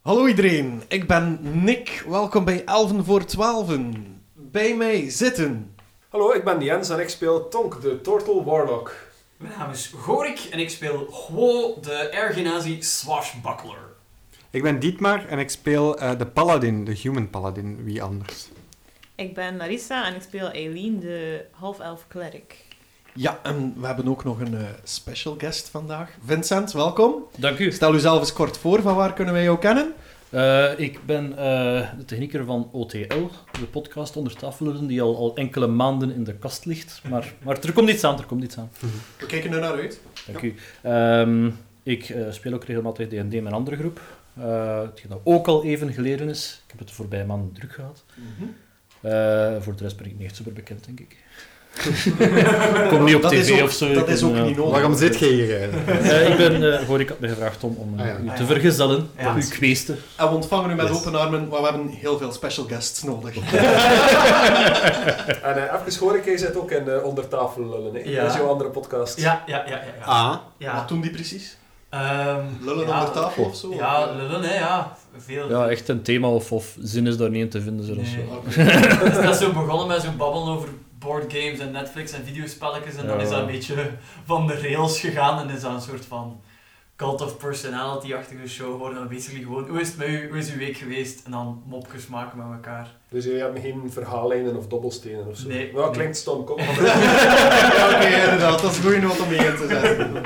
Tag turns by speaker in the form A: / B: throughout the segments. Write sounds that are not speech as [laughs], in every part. A: Hallo iedereen, ik ben Nick. Welkom bij Elven voor Twaalfen. Bij mij zitten.
B: Hallo, ik ben Jens en ik speel Tonk, de Turtle Warlock.
C: Mijn naam is Gorik en ik speel Hwo, de Ergenazi Swashbuckler.
D: Ik ben Dietmar en ik speel eh, de paladin, de human paladin, wie anders.
E: Ik ben Larissa en ik speel Eileen, de half-elf cleric.
A: Ja, en we hebben ook nog een eh, special guest vandaag. Vincent, welkom.
F: Dank u.
A: Stel uzelf eens kort voor, van waar kunnen wij jou kennen?
F: Eh, ik ben eh, de technieker van OTL, de podcast onder tafeleren, die al, al enkele maanden in de kast ligt. Maar, maar er komt iets aan, er komt iets aan.
A: We kijken er naar uit.
F: Dank u. Ehm, ik eh, speel ook regelmatig D&D met een andere groep. Eh hetgeen dat ook al even geleden is. Ik heb het de voorbije maanden druk gehad.
A: Mhm.
F: Eh, voor de rest ben ik niet echt super bekend, denk ik. ik kom niet op
A: Dat is
F: tv
A: ook-
F: of zo.
A: dat
F: ik
A: is
F: ben,
A: ook
F: eh,
A: niet nodig.
D: Waarom zit jij hier eigenlijk?
F: eh, ik ben, eh hoor, ik had me gevraagd om, om eh,
D: Ah, ja.
F: u
C: Ah,
F: te
C: ja.
F: vergezellen
C: Ja.
F: op uw kweesten.
A: En we ontvangen u met
D: Yes.
A: open armen, maar we hebben heel veel special guests nodig.
B: En eh even hoor ik, jij zit ook in eh, Onder Tafel Lullen, hè?
C: Ja.
B: Dat is jouw andere podcast.
C: Ja, ja, ja, ja. ja.
D: Ah,
A: Wat
C: ja.
A: doen die precies?
C: Ehm,
A: Lullen
C: ja,
A: onder tafel of zo?
C: Ja, lullen, hè, ja. Veel.
F: Ja, echt een thema of, of zin is daar niet in te vinden. Zo, of zo.
C: Nee.
A: Oké.
C: [laughs] dat is zo begonnen met zo'n babbelen over boardgames en Netflix en videospelletjes. En dan
F: Ja.
C: is dat een beetje van de rails gegaan en is dat een soort van cult of personality-achtige show geworden. Dan basically gewoon, hoe is het met u, hoe is uw week geweest? En dan mopjes maken met elkaar.
B: Dus jullie hebben geen verhaallijnen of dobbelstenen of zo?
C: Nee.
B: Nou,
C: Nee.
B: klinkt stom, kom.
A: Ja, oké, inderdaad. Dat is een goede noot om mee in te zetten.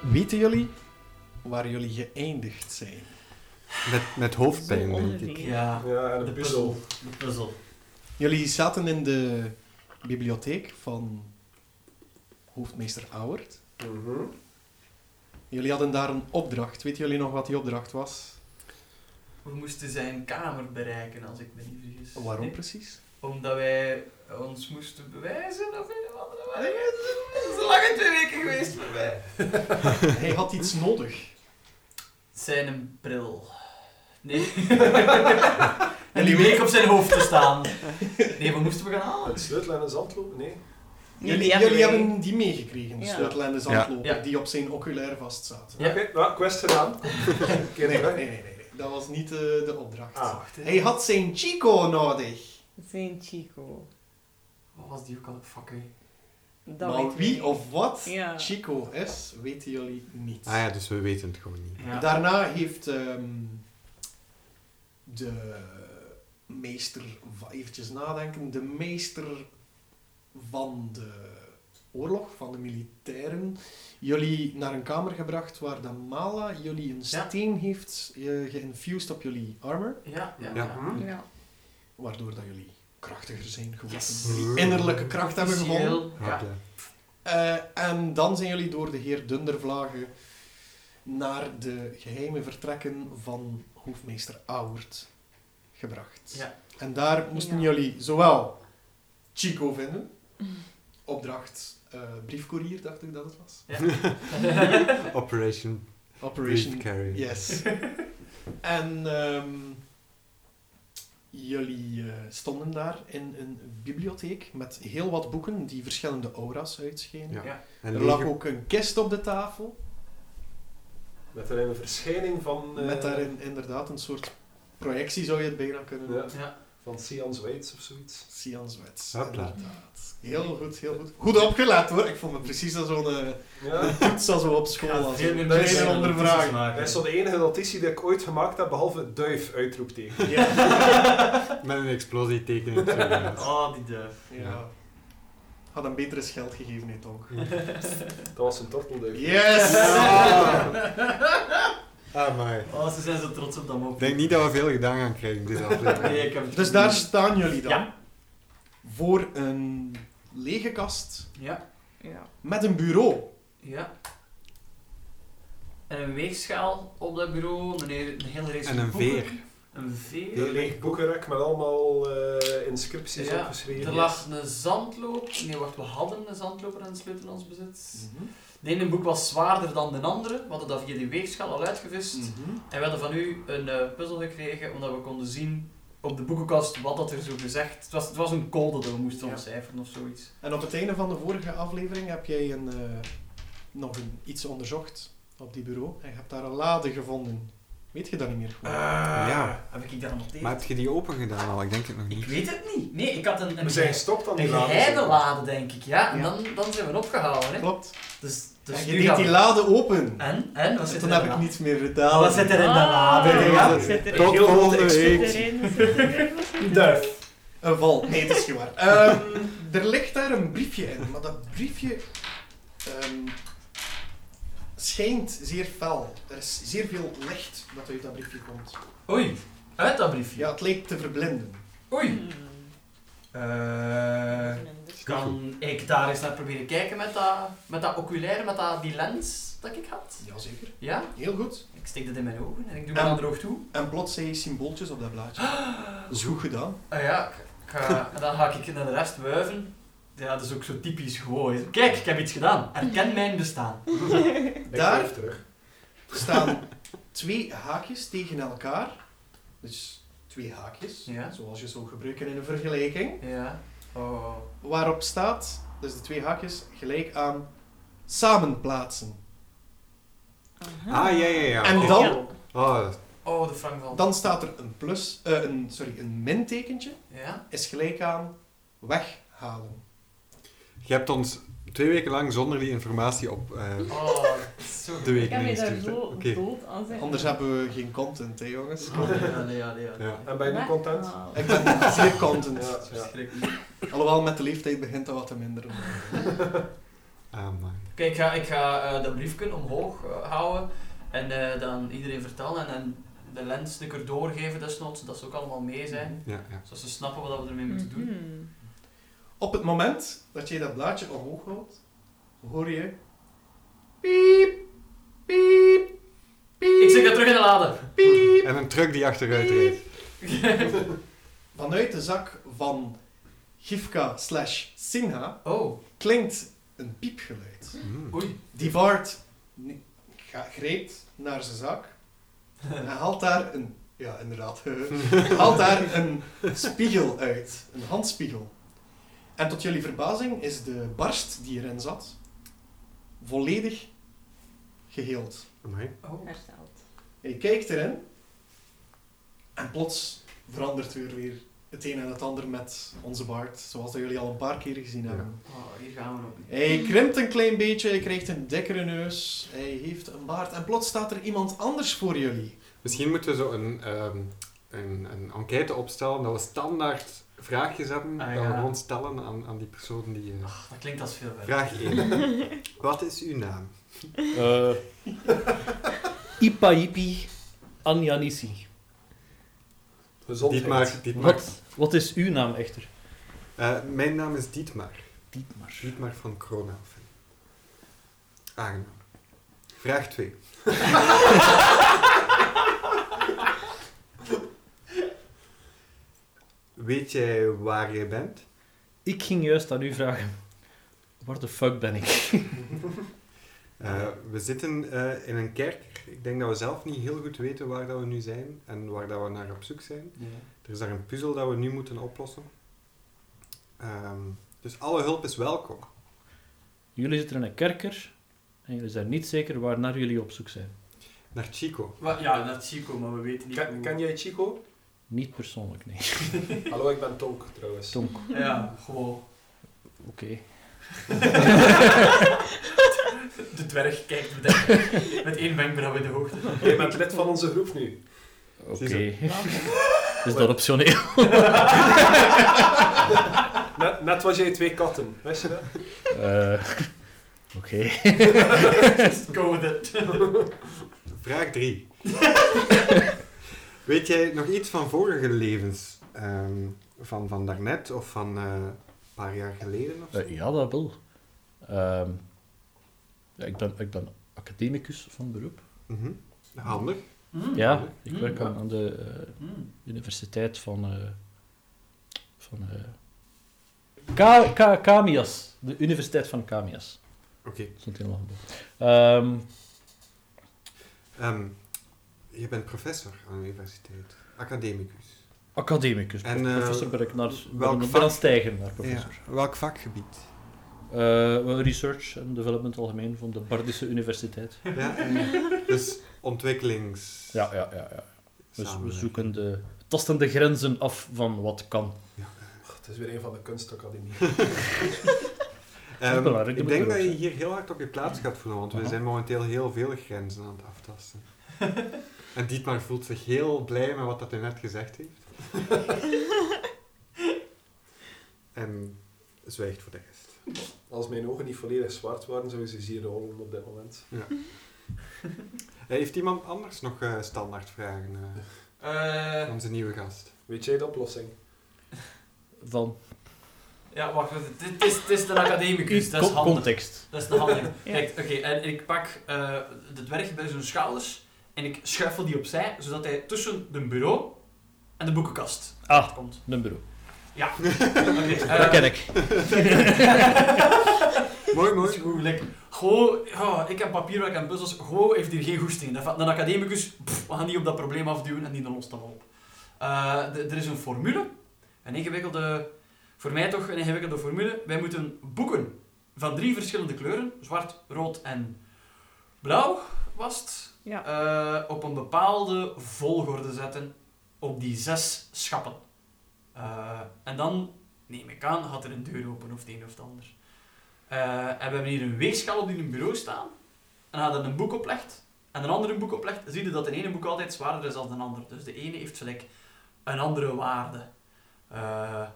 A: Weten jullie waar jullie geëindigd zijn?
D: met, met hoofdpijn
E: Zo
D: denk ik.
E: ongeveer.
C: Ja,
B: ja, en de puzzel.
C: Eh, De puzzel.
A: Jullie zaten in de bibliotheek van hoofdmeester Auwert.
B: Mhm.
A: Jullie hadden daar een opdracht. Weet jullie nog wat die opdracht was?
C: We moesten zijn kamer bereiken, als ik me niet vergis.
A: Waarom
C: Nee?
A: precies?
C: Omdat wij ons moesten bewijzen of een of andere manier. Het is een lange twee weken geweest voor mij.
A: Hij had iets nodig.
C: Zijn een bril. Nee.
A: En
C: en
A: die
C: die week op zijn hoofd te staan. Nee, wat moesten we gaan halen?
B: Het sleutel en een zandloop? Nee.
E: Nee,
A: jullie
E: die hebben
A: jullie
E: wij.
A: hebben die meegekregen, dus de
E: Ja.
A: sleutel en de zandloper,
C: Ja.
A: die op zijn oculair vastzaten.
C: Ja.
B: Oké, nou, quest gedaan. Geen
A: Nee, nee,
B: weg.
A: nee, nee, nee. Dat was niet eh, de opdracht.
B: Ah.
A: Hij had zijn Chico nodig.
E: Zijn Chico.
C: Wat was die ook al? Fuck, hé.
E: Dat
A: maar
E: weten we
A: wie
E: niet.
A: of wat
E: Ja.
A: Chico is, weten jullie niet.
D: Ah ja, dus we weten het gewoon niet.
C: Ja.
A: Daarna heeft ehm, de meester, va- eventjes nadenken, de meester van de oorlog, van de militairen, jullie naar een kamer gebracht waar de Mala jullie een
C: Ja.
A: steen heeft eh, geïnfused op jullie armor,
C: Ja, ja,
D: Ja.
C: ja.
B: Mhm.
E: Ja.
A: waardoor dat jullie krachtiger zijn geworden.
C: Yes.
A: Jullie innerlijke kracht hebben gevonden.
C: Officieel, Ja.
D: Hopla.
A: Eh, en dan zijn jullie door de heer Dundervlagen naar de geheime vertrekken van hoofdmeester Auwert gebracht.
C: Ja.
A: En daar moesten
E: Ja.
A: jullie zowel Chico vinden, opdracht eh briefcourier, dacht ik dat het was.
D: [laughs] Operation Brief
A: Operation
D: Carry. [laughs]
A: Yes. en ehm, jullie eh, stonden daar in een bibliotheek met heel wat boeken die verschillende aura's uitschenen.
D: Ja.
C: Ja.
D: En
A: Er lag
D: lege,
A: ook een kist op de tafel.
B: Met daarin een verschijning van... eh,
A: Met daarin inderdaad een soort projectie zou je het bijna kunnen
B: Ja,
A: noemen.
C: Ja.
B: van Sian's Waits of zoiets.
A: Sians Wets.
D: Hopla.
A: Inderdaad. Heel goed, heel goed. Goed opgelet hoor. Ik vond me precies als zo'n eh,
B: Ja.
A: toets als we op school
C: Ja, veel meer
A: hadden.
C: mensen
A: Geen
C: dan
A: andere
C: notities
A: vraag.
C: maken.
B: Dat
C: [laughs]
B: is zo de enige notitie die ik ooit gemaakt heb, behalve duif uitroepteken.
A: Ja.
D: met een explosieteken in het
C: [laughs]
D: midden.
C: Oh, die duif.
A: ja. Had hem beter eens geld gegeven, hè, Tonk.
B: Dat was een tortelduif.
A: Yes!
D: Ah, maar.
C: Oh, ze zijn zo trots op dat mop.
D: Ik denk niet dat we veel gedaan gaan
C: [laughs]
D: krijgen in deze aflevering.
C: Nee, ik heb...
A: Dus daar staan jullie dan.
C: Ja.
A: Voor een lege kast
C: Ja.
E: Ja.
A: met een bureau.
C: Ja. En een weegschaal op dat bureau, een, hele- een hele race
D: En een
C: boeken.
D: veer.
C: Een veer.
B: Heel leeg boekenrek met allemaal eh, inscripties
C: Ja,
B: opgeschreven.
C: Er lag een zandloop. Nee, wacht, we hadden een zandloper en een sleutel in ons bezit. De ene boek was zwaarder dan de andere. We hadden dat via die weegschaal al uitgevist.
D: Hmm.
C: En we hadden van u een eh, puzzel gekregen, omdat we konden zien op de boekenkast wat dat er zo gezegd... Het was, het was een code dat we moesten
A: Ja.
C: ontcijferen of zoiets.
A: En op het einde van de vorige aflevering heb jij een, eh, nog een, iets onderzocht op die bureau. En je hebt daar een lade gevonden. Weet je dat niet meer goed?
C: Eh,
D: Ja.
C: Heb ik dat genoteerd?
D: Maar heb je die open gedaan al? Ik denk het nog
C: Ik
D: niet.
C: weet het niet. Nee, ik had een, een,
B: We zijn gestopt aan
C: een
B: die lade.
C: geheime lade, denk ik. Ja, en
A: Ja.
C: Dan, dan zijn we opgehouden. Hè.
A: Klopt.
C: Dus, dus
A: en je
C: nu
A: deed
C: gaan
A: die
C: we-
A: lade open.
C: En? En? Wat zit er
A: Toen
C: in
A: heb
C: de
A: ik
C: la-
A: niets meer gedaan.
C: Wat zit er in de
E: Ah.
C: lade? Ja.
E: Zit erin.
D: Tot
B: Heel grote
D: volgende week.
E: Zit erin, [laughs] zit erin.
B: Duif.
A: Een val. Nee, het is niet
C: [laughs]
A: waar. Ehm, er ligt daar een briefje in, maar dat briefje ehm, schijnt zeer fel. Er is zeer veel licht dat uit dat briefje komt.
C: Oei, uit dat briefje.
A: Ja, het lijkt te verblinden.
C: Oei.
E: Hmm.
C: Eh, kan ik daar eens naar proberen kijken met dat, met dat oculair, met dat, die lens dat ik had?
A: Jazeker.
C: Ja?
A: Heel goed.
C: Ik steek dat in mijn ogen en ik doe
A: Ja.
C: mijn andere oog toe.
A: En plots zie je symbooltjes op dat blaadje.
C: [gasps]
A: Dat is goed gedaan.
C: Ah ja, ik- ik [laughs] ga, en dan ga ik naar de rest wuiven. Ja, dat is ook zo typisch gewoon. hè. Kijk, ik heb iets gedaan. Erken mijn bestaan.
B: Ik
A: Daar-
B: blijf terug.
A: Er staan twee haakjes tegen elkaar. Dus twee haakjes,
C: Ja.
A: zoals je zou gebruiken in een vergelijking.
C: Ja. Oh.
A: waarop staat, dus de twee haakjes, gelijk aan samenplaatsen.
E: Aha.
D: Ah, ja, ja, ja.
A: En
D: Oh.
A: dan,
E: Ja.
D: Oh,
C: Oh, de Frank van.
A: dan staat er een plus, eh, een, sorry, een mintekentje,
C: Ja?
A: is gelijk aan weghalen.
D: je hebt ons twee weken lang zonder die informatie op eh,
C: Oh, dat is zo.
D: de
E: Ik
D: week
E: kan je daar
D: ingestuurd. hè.
E: zo
D: Oké.
E: dood aan zeggen.
A: Anders hebben we geen content, hè jongens.
C: Allee, allee, allee, allee.
D: Ja.
G: Ah,
B: En ben je nu content?
E: Weghaal.
A: Ik ben zeer
B: Ja,
A: content.
B: ja.
C: Verschrikkelijk.
A: Alhoewel, met de leeftijd begint dat wat te minderen.
D: Ah, man.
C: Oké, ik ga, ik ga eh, dat briefje omhoog eh, houden en eh, dan iedereen vertellen en, en de lensstukken doorgeven desnoods, zodat ze ook allemaal mee zijn.
D: Ja, ja.
C: Zodat ze snappen wat we ermee moeten doen.
E: Mhm.
A: Op het moment dat je dat blaadje omhoog houdt, hoor je... Piep, piep, piep,
C: Ik zet dat terug in de lade.
A: piep.
D: En een truck die achteruit reed.
A: Vanuit de zak van Gifka slash Sinha
C: Oh,
A: klinkt een piepgeluid.
D: Mm.
C: oei.
A: Die vaart ni- ga- grijpt naar zijn zak en haalt daar een... Ja, inderdaad. [laughs] haalt daar een spiegel uit. Een handspiegel. En tot jullie verbazing is de barst die erin zat volledig geheeld.
D: Amai.
C: Oh.
E: Hersteld.
A: En je kijkt erin en plots verandert weer weer het een en het ander met onze baard, zoals dat jullie al een paar keer gezien
D: Ja.
A: hebben.
C: Oh, hier gaan we op.
A: Hij krimpt een klein beetje, hij krijgt een dikkere neus, hij heeft een baard en plots staat er iemand anders voor jullie.
D: Misschien moeten we zo een, ehm, een, een enquête opstellen dat we standaard vraagjes hebben.
C: Ah,
D: Dat we
C: ja.
D: gewoon stellen aan, aan die persoon die... eh,
C: Ach, dat klinkt als veel werk.
D: Vraag 1. Wat is uw naam?
H: Eh Ipaipi Anjanissi.
B: Gezondheid.
D: Dietmar. Dietmar.
H: Wat, wat is uw naam echter?
D: Eh, mijn naam is Dietmar.
H: Dietmar.
D: Dietmar van Kroonhaven. Aangenaam. Vraag 2.
H: [laughs]
D: Weet jij waar je bent?
H: Ik ging juist aan u vragen. Waar de fuck ben ik?
D: Eh, we zitten eh, in een kerk. Ik denk dat we zelf niet heel goed weten waar dat we nu zijn en waar dat we naar op zoek zijn.
C: Ja.
D: Er is daar een puzzel dat we nu moeten oplossen. Ehm, dus alle hulp is welkom.
H: Jullie zitten in een kerker en jullie zijn niet zeker waar naar jullie op zoek zijn.
D: Naar Chico.
C: Wa- Ja, naar Chico, maar we weten niet
B: Ken,
C: hoe.
B: ken jij Chico?
H: Niet persoonlijk, nee.
B: Hallo, ik ben Tonk trouwens.
H: Tonk, oké.
C: Ja, gewoon. [laughs] De dwerg kijkt met, met één wenkbrauw in de hoogte.
B: Jij bent lid van onze groep nu.
H: Oké.
D: Ziezo.
A: [laughs]
H: Is dat optioneel?
B: Net, net was jij twee katten, wist je dat?
H: Eh, oké.
C: Go with it.
D: Vraag
A: [laughs]
D: 3. Weet jij nog iets van vorige levens? Ehm, van, van daarnet of van eh, een paar jaar geleden of zo?
H: Eh, ja, dat wel. Ehm, ja, ik, ben, ik ben academicus van beroep.
D: Mhm. Handig.
C: Hm.
A: Ja, ik werk
C: Hm,
A: aan,
C: ja.
A: aan de eh,
C: Hm.
A: universiteit van... eh, van eh, Ka- Ka- Kamias. De universiteit van Kamias.
D: Oké.
A: Stond helemaal geboden. Ehm,
D: Ehm, je bent professor aan de universiteit. Academicus.
A: academicus.
D: En,
A: Prof-
D: eh,
A: professor ben ik naar...
D: welk
A: ben- ben
D: vak?
A: aan het stijgen naar professor.
D: Welk vakgebied?
A: Eh, wel, research en development algemeen van de Bardische Universiteit.
D: [laughs] Ja, dus ontwikkelings...
A: Ja, ja, ja. ja. Dus we
D: samenwerking.
A: zoeken de... Tasten de grenzen af van wat kan.
G: Het is weer een van de kunstacademie.
D: Ehm,
A: Dat is belangrijk, dat
D: ik
A: moet
D: denk
A: er
D: dat
A: ook
D: je
A: zijn.
D: hier heel hard op je plaats gaat voelen, want we
A: Aha.
D: zijn momenteel heel veel grenzen aan het
G: [laughs]
D: aftasten. en Dietmar voelt zich heel blij met wat dat hij net gezegd heeft.
G: [laughs]
D: en zwijgt voor de rest.
G: Als mijn ogen niet volledig zwart waren, zouden ze hier rollen op dit moment.
D: Eh, heeft iemand anders nog eh standaard vragen? eh,
C: Eh,
D: onze nieuwe gast.
G: Weet jij de oplossing?
A: Van
C: ja, wacht, het het is, het is de
A: [laughs]
C: academicus, dat is
A: Con-
C: handig.
A: context.
C: Dat is de
A: [laughs]
C: handeling.
E: Ja.
C: Kijk, oké, en ik pak eh, de dwerg bij zijn schouders en ik schuifel die opzij, zodat hij tussen de bureau en de boekenkast
A: Ah,
C: komt.
A: nummer. bureau.
C: Ja. Oké, eh,
A: Dat ken ik.
C: [laughs]
A: [laughs]
D: mooi,
C: Dat is
D: mooi.
C: goed, like, goh, ja, ik heb papierwerk en puzzels, goh heeft hier geen goesting in. Dat va- Een academicus, pff, we gaan die op dat probleem afduwen en die dan lost dat wel op. Eh, d- er is een formule, een ingewikkelde, voor mij toch een ingewikkelde formule. Wij moeten boeken van drie verschillende kleuren, zwart, rood en blauw, was het,
E: Ja.
C: eh, op een bepaalde volgorde zetten op die zes schappen. Eh, en dan, neem ik aan, gaat er een deur open of het een of het ander. Eh, en we hebben hier een weegschaal op die in een bureau staan. En had er een boek oplegt en een ander een boek oplegt, zie je dat de ene boek altijd zwaarder is dan de ander. Dus de ene heeft gelijk een andere waarde. Eh,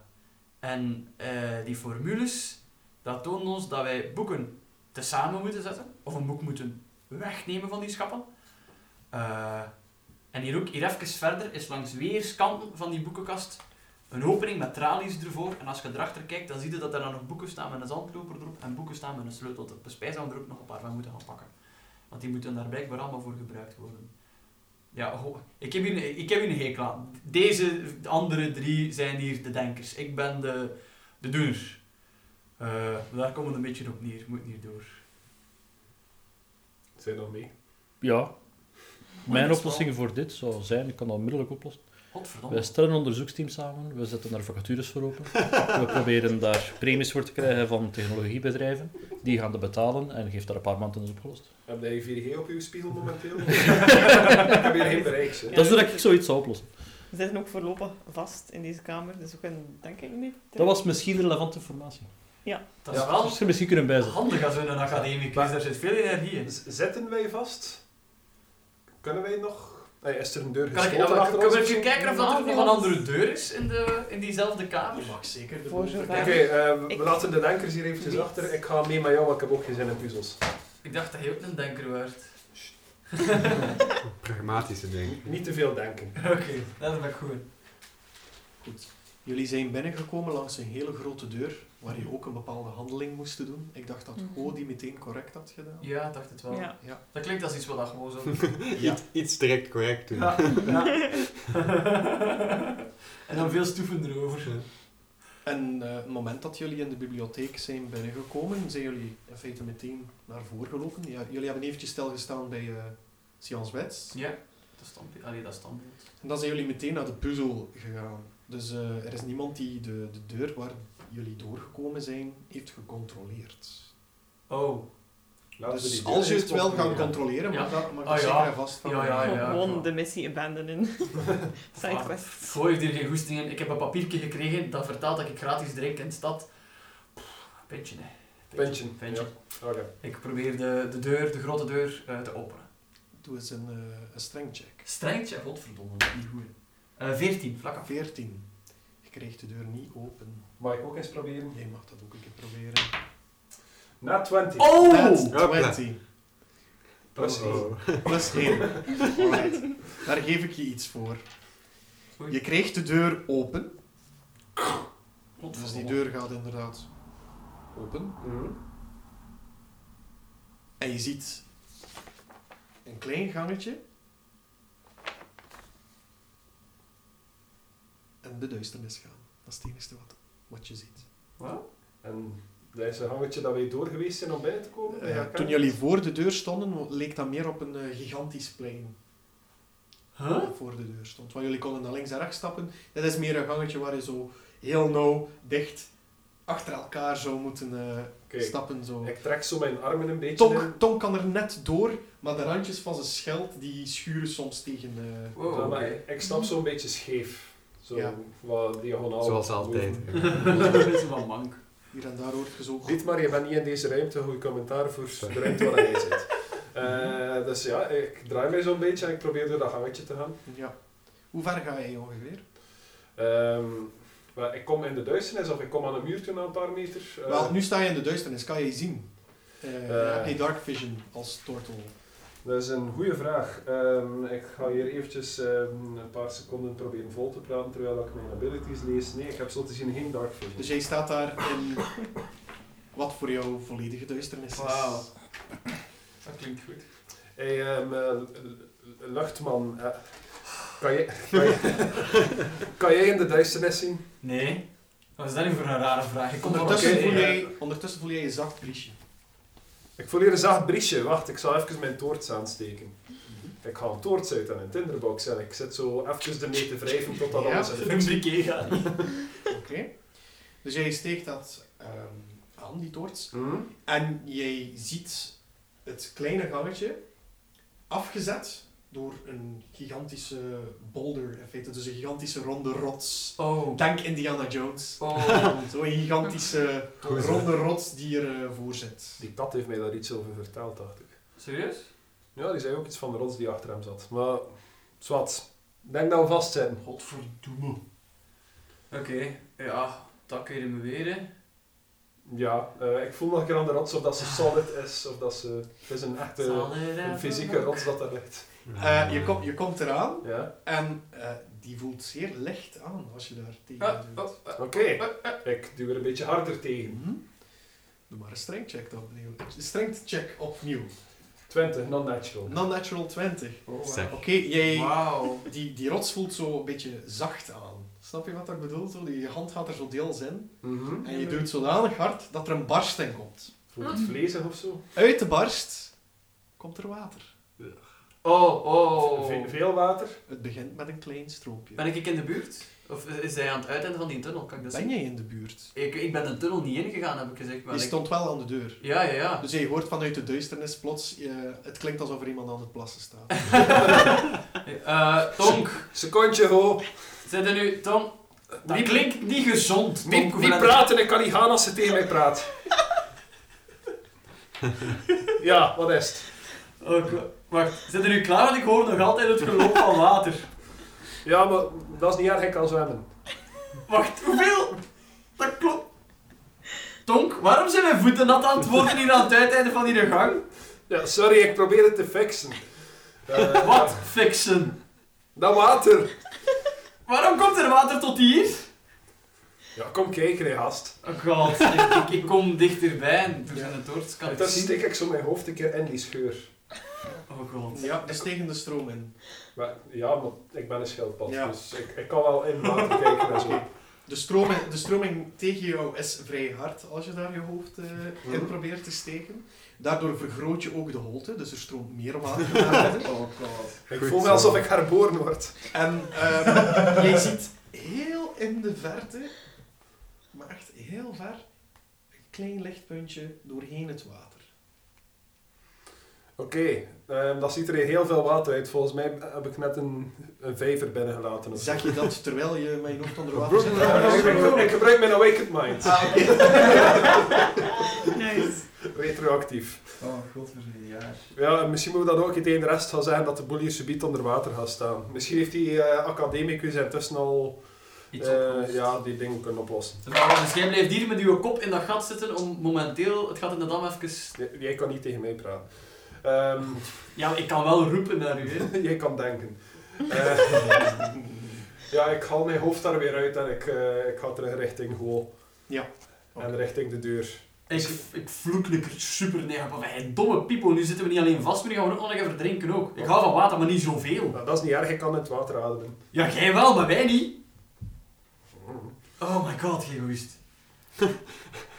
C: en eh, die formules, dat toont ons dat wij boeken tezamen moeten zetten, of een boek moeten wegnemen van die schappen. Eh, en hier ook, hier even verder, is langs weerskanten van die boekenkast een opening met tralies ervoor. En als je erachter kijkt, dan zie je dat er dan nog boeken staan met een zandloper erop en boeken staan met een sleutel. Dat bespijt zouden we er ook nog een paar van moeten gaan pakken. Want die moeten daar blijkbaar allemaal voor gebruikt worden. Ja, ho- ik heb, hier, ik heb hier een hekel aan. Deze andere drie zijn hier de denkers. Ik ben de, de doener. Eh, daar komen we een beetje op neer. Moet niet door.
G: Zijn nog mee?
A: Ja.
C: dat is
A: Mijn
C: wel-
A: oplossingen voor dit zou zijn, ik kan dat onmiddellijk oplossen. Wij
C: Godverdomme.
A: stellen een onderzoeksteam samen, we zetten daar vacatures voor open. We proberen daar premies voor te krijgen van technologiebedrijven. Die gaan dat betalen en geeft daar een paar maanden is opgelost.
G: Heb jij 4G op je spiegel momenteel? ik heb hier geen bereiks. hè.
A: Dat is hoe dat ik zoiets zou oplossen.
E: Ze zitten ook voorlopig vast in deze kamer, dus we kunnen denk ik niet...
A: Dat was misschien relevante informatie.
C: Dat is
G: Ja,
A: Dat
C: wel
A: ze misschien kunnen bijzetten.
C: handig als we een academicus.
G: Maar-
C: Daar zit veel energie in.
G: Z- Dus Zetten wij vast? Kunnen wij nog? Nee, is er een deur
C: Kan ik,
G: gesloten achter
C: kunnen
G: ons
C: we
G: of zo?
C: even kijken of dat er nog een andere deur is in, de, in diezelfde kamer?
B: Je mag zeker de
E: Voor
B: boel
E: zover.
G: Oké,
B: verkennen.
G: eh, we
E: Ik-
G: laten de denkers hier eventjes
E: Niet.
G: achter. Ik ga mee met jou, want ik heb ook geen zin in puzzels.
C: Ik dacht dat je ook een denker werd. [laughs]
D: Pragmatische ding.
G: Niet te veel denken.
C: Oké, dat ben ik goed.
B: Goed. Jullie zijn binnengekomen langs een hele grote deur, waar je ook een bepaalde handeling moest doen. Ik dacht dat
E: Mhm.
B: Go die meteen correct had gedaan.
C: Ja, ik dacht het wel.
E: Ja.
C: Dat klinkt als iets wat dat gewoon zo...
G: [laughs]
B: Ja.
D: Iets, iets direct correct doen.
C: ja, ja. en dan veel stoeven erover.
B: En eh, het moment dat jullie in de bibliotheek zijn binnengekomen, zijn jullie in feite meteen naar voren gelopen. Ja, jullie hebben eventjes stilgestaan bij eh Science Wets.
C: Ja, dat standbeeld. Allee, dat standbeeld.
B: En dan zijn jullie meteen naar de puzzel gegaan. Dus eh, er is niemand die de, de deur waar jullie doorgekomen zijn, heeft gecontroleerd.
C: Oh,
G: Laten we die
B: dus
G: deur
B: als je
G: eens
B: het wel
G: openen.
B: gaat controleren, mag
C: Ja.
B: dat mag
C: Ah,
B: dat
C: ja.
B: zeker en vast van...
C: Ja, ja, Ah, ja.
E: Gewoon de missie abandonen. Sidequest.
C: goh, heeft hier geen goesting in. Ik heb een papiertje gekregen dat vertelt dat ik gratis drink in de stad. Pff, Pintje, hè.
G: Pintje,
C: Pintje.
G: Oké.
C: Ik probeer de, de deur, de grote deur, eh, te openen.
B: Doe eens een, eh een strengcheck.
C: Strengtje, godverdomme, dat is niet goed. Eh 14, vlak af.
B: 14. Je kreeg de deur niet open.
G: Mag ik ook eens proberen?
B: Jij mag dat ook een keer proberen.
G: Na 20.
B: That's
C: Oh!
D: Hopla.
B: 20.
G: Plus
B: Oh.
G: één.
B: Plus één. Alright. Daar geef ik je iets voor.
C: Oei.
B: Je kreeg de deur open. Dus die
C: Godverdomme.
B: deur gaat inderdaad open.
G: Mhm.
B: En je ziet een klein gangetje
G: en de duisternis gaan. Dat is het enige wat, wat je ziet.
B: En dat is een gangetje dat wij door geweest zijn om binnen te komen.
G: Eh, toen jullie voor de deur stonden, leek dat meer op een eh, gigantisch plein.
C: Huh?
G: dat voor de deur stond. Want jullie konden naar links en rechts stappen. Dit is meer een gangetje waar je zo heel nauw, dicht, achter elkaar zou moeten eh,
B: Kijk,
G: stappen. Zo.
B: ik trek zo mijn armen een beetje
G: Tonk,
B: in.
G: Tonk kan er net door, maar de randjes van zijn scheld die schuren soms tegen... eh,
C: Wow,
B: Ja,
C: oké.
B: maar
C: [laughs]
B: ik stap zo'n beetje scheef. Zo
G: Ja.
B: wat diagonaal.
D: Zoals altijd.
B: boven.
C: Dat is wel mank.
G: hier en daar hoort je zo...
B: Dit maar, je bent niet in deze ruimte. Goeie commentaar voor de ruimte waar hij zit. Eh, dus ja, ik draai mij zo'n beetje en ik probeer door dat gangetje te gaan.
G: Ja. Hoe ver ga je ongeveer?
B: Ehm, maar ik kom in de duisternis of ik kom aan een muur toe na een paar meter. Eh,
G: Wel, nu sta je in de duisternis, kan je zien. Eh je
B: Eh.
G: hebt niet dark vision als tortel.
B: Dat is een goede vraag. Ehm, ik ga hier eventjes ehm, een paar seconden proberen vol te praten terwijl ik mijn abilities lees. Nee, ik heb zo te zien geen dark vision.
G: Dus jij staat daar in wat voor jou volledige duisternis is.
C: Wauw. Dat klinkt goed.
B: Hey, ehm, eh, l- l- luchtman, eh, kan, je, [laughs] kan, je, kan jij in de duisternis zien?
C: Nee. Wat is dat nu voor een rare vraag? Ik kom er
G: Ondertussen,
B: Oké,
G: voel
B: eh.
G: jij, ondertussen voel jij je zacht briesje.
B: Ik voel hier een zacht briesje. Wacht, ik zal even mijn toorts aansteken. Ik haal een toorts uit en een tinderbox en ik zit zo even ermee te wrijven totdat
G: Ja.
B: alles in de
C: Een briquet Eh, gaat niet.
G: Oké. Dus jij steekt dat ehm, aan, die toorts.
B: Hm?
G: En jij ziet het kleine gangetje afgezet door een gigantische boulder, in feite. Dus een gigantische ronde rots.
C: Oh.
G: Dank Indiana Jones.
C: Oh.
G: Zo'n gigantische
D: Goed, hè?
G: ronde rots die ervoor zit.
B: Die kat heeft mij daar iets over verteld, dacht ik.
C: Serieus?
B: Ja, die zei ook iets van de rots die achter hem zat. Maar, zwart. Denk nou vast zijn.
C: Godverdomme. Oké, ja, dat kun je me weren.
B: Ja, eh, ik voel nog een keer aan de rots of dat ze solid is, of dat ze... Het is een
C: eh,
B: echte, een fysieke rots dat daar ligt.
G: Eh, je, kom, je komt eraan
B: Ja.
G: en eh, die voelt zeer licht aan als je daar tegen
C: Ah,
G: doet.
C: oh, ah.
B: Oké, ik duw er een beetje harder tegen.
G: Mhm. Doe maar een strength check dan opnieuw. Strength check opnieuw.
B: 20, non-natural.
G: Non-natural 20.
C: Oh,
D: Zeg.
G: Oké, jij...
C: Wauw.
G: Die, die rots voelt zo een beetje zacht aan. Snap je wat ik bedoel? Zo, die hand gaat er zo deels in.
B: Mhm.
G: En je duwt zodanig hard dat er een barst in komt.
B: Voelt het vlezig of zo?
G: Uit de barst komt er water.
C: Oh,
B: Ve-
C: oh.
B: veel water.
G: Het begint met een klein stroompje.
C: Ben ik in de buurt? Of is hij aan het uiteinde van die tunnel? Kan ik dat
G: Ben
C: zien?
G: jij in de buurt?
C: Ik, ik ben de tunnel niet ingegaan, heb ik gezegd. Maar
G: Die
C: ik-
G: stond wel aan de deur.
C: Ja, ja, ja.
G: Dus je hoort vanuit de duisternis plots, eh, het klinkt alsof er iemand aan het plassen staat.
C: [laughs] Eh, Tonk,
B: Secondje, ho.
C: zit er nu... Tonk,
B: Dat
C: die klinkt niet gezond.
B: Wie,
C: Tonk,
B: wie praat en ik kan niet gaan als ze tegen mij praat. ja, wat is het?
C: Oh, kla- wacht, zit er nu klaar? Want ik hoor nog altijd het geloop van water.
B: Ja, maar dat is niet erg, ik kan zwemmen.
C: Wacht, hoeveel? Dat klopt. Tonk, waarom zijn mijn voeten nat aan het worden hier aan het uiteinde van die gang?
B: Ja, sorry, ik probeer het te fixen. Eh,
C: Wat fixen?
B: Dat water.
C: Waarom komt er water tot hier?
B: Ja, kom kijken, hè, gast.
C: Oh god, ik, ik, ik kom dichterbij en door zijn toorts kan ik
B: Dan
C: zien.
B: steek ik zo mijn hoofd een keer in die scheur.
C: Oh god.
G: Ja, dus tegen de stroom in.
B: Maar, ja, maar ik ben een schildpad,
G: Ja.
B: dus ik, ik kan wel in water kijken
C: [laughs]
B: en zo.
G: De stroming, de stroming tegen jou is vrij hard als je daar je hoofd eh, in
B: Mhm.
G: probeert te steken. Daardoor vergroot je ook de holte, dus er stroomt meer water naar binnen.
B: Oh god. Ik
D: Goed
B: voel me
D: zo.
B: alsof ik herboren word.
G: En
B: [laughs]
G: ehm, jij ziet heel in de verte, maar echt heel ver, een klein lichtpuntje doorheen het water.
B: Oké, ehm, dat ziet er hier heel veel water uit. Volgens mij heb ik net een, een vijver binnengelaten. Of zo.
G: Zeg je dat terwijl je mijn hoofd onder water zet?
B: Eh, ik, ik- ik gebruik mijn awakened mind.
G: Ah, oké.
E: Nice.
B: Retroactief.
C: Oh god, voor een jaar.
B: Ja, en misschien moeten we dat ook tegen de rest gaan zeggen dat de boel hier subiet onder water gaat staan. Misschien heeft die eh, academicus intussen al
C: Iets
B: eh,
C: opgelost.
B: ja, die dingen kunnen oplossen.
C: Maar misschien blijft hier met uw kop in dat gat zitten om momenteel het gat in de dam even...
B: J- Jij kan niet tegen mij praten. Ehm,
G: [laughs]
C: Ja, maar ik kan wel roepen naar u, hè.
B: Jij kan denken. Eh,
G: [laughs]
B: ja, ik haal mijn hoofd daar weer uit en ik, eh, ik ga terug richting Goal.
G: Ja.
B: En richting de deur.
C: Ik, ik vloek een keer super neer. Maar wij domme people, nu zitten we niet alleen vast, maar nu gaan we ook nog even verdrinken ook. Ik hou van water, maar niet zoveel.
B: Nou, dat is niet erg, ik kan in het water ademen.
C: Ja, jij wel, maar wij niet. Oh my god, egoïst.
D: Een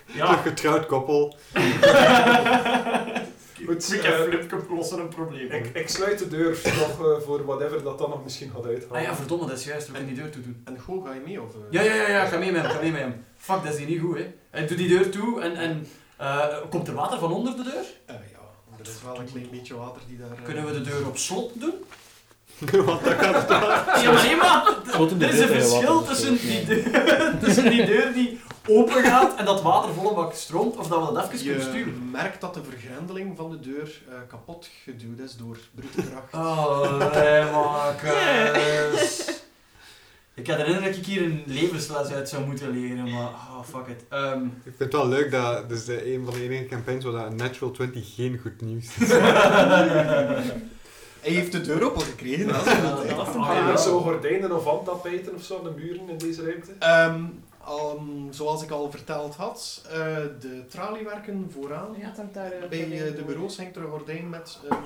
C: ja.
D: getrouwd koppel.
C: Goed,
G: [laughs] Goed,
C: Quick
G: eh,
C: en flip kunnen oplossen een probleem.
G: Ik, ik sluit de deur nog eh, voor whatever dat dan nog misschien gaat uithalen.
C: Ah ja, verdomme, dat is juist. We kunnen die deur toe doen.
B: En Go, ga je mee? Of, eh?
C: Ja, ja, ja, ja, ga mee met hem, ga mee met hem. Fuck, dat is hier niet goed, hè. Hij doet die deur toe en... en eh, komt er water van onder de deur?
B: Eh, ja, er is wel een klein beetje water die daar... eh,
C: Kunnen we de deur op slot
A: [laughs]
C: doen?
D: Want dat gaat
C: [laughs] Ja, maar nee, maar...
A: Sloten de
C: Er is
A: deur
C: een
A: bij je
C: verschil
A: water, dus
C: tussen
A: dat is
C: die,
A: niet-
C: deur, [laughs] tussen die deur die open gaat en dat water volle bak stroomt, of dat we dat even kunnen
B: Je
C: sturen.
B: merkt dat de vergrendeling van de deur eh, kapot geduwd is door brute kracht.
C: Allee, makers. Ik had herinnerd dat ik hier een levensles uit zou moeten leren, maar oh, fuck it. Ehm,
D: Ik vind het wel leuk dat dit is de, een van de enige campagnes waar dat Natural 20 geen goed nieuws is.
B: Hij heeft de deur open gekregen, dat is
C: Ja,
B: wel
C: dat is een
G: Hangen
C: verhaal.
G: er zo Ah, gordijnen of wandtapijten of zo aan de muren in deze ruimte?
B: Ehm, ehm, zoals ik al verteld had, eh, de traliewerken vooraan.
E: Ja, dan daar, eh,
B: Bij eh, de
E: door.
B: bureaus hangt er een gordijn met een, eh,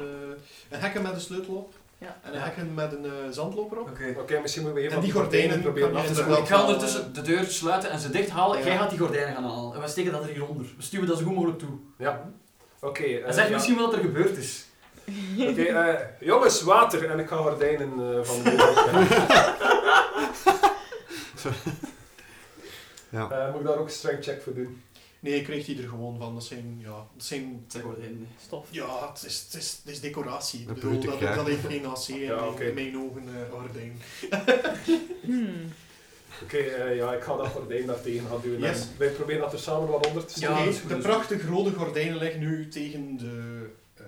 B: een hekken met een sleutel op
E: Ja.
B: en een hekken met een eh, zandloper op.
C: Oké.
G: Oké, misschien moeten we even
B: En die
G: van
B: gordijnen
G: proberen
B: kan
G: af te
B: je
G: zetten.
B: inderdaad-
C: Ik ga ondertussen de deur sluiten en ze dicht halen.
B: Ja.
C: Jij gaat die gordijnen gaan halen. En we steken dat er hieronder. We sturen dat zo goed mogelijk toe.
G: Ja. Oké, eh,
C: En zeg
G: ja.
C: misschien wel wat er gebeurd is.
G: Oké, eh, jongens, water. En ik ga gordijnen eh, van de muur afleggen.
D: Ja.
G: Eh, moet ik daar ook een streng check voor doen?
B: Nee, ik kreeg die er gewoon van. Dat zijn, ja, dat zijn,
C: Het zijn gordijnen.
E: Stof.
B: ja het is, het is, het is decoratie. Ik
D: Dat
B: bedoel,
D: brute
B: dat,
D: kraak.
B: dat heeft geen AC en
G: Ja,
B: mijn-
G: oké.
B: mijn ogen eh, gordijn.
E: Hmm.
G: Oké, eh, ja, ik ga dat gordijn daartegen gaan doen.
B: Yes.
G: En wij proberen dat er samen wat onder te
C: Ja,
G: steken.
B: Nee,
C: dat is goed,
B: de
C: dat is
B: prachtig rode gordijnen liggen nu tegen de, eh,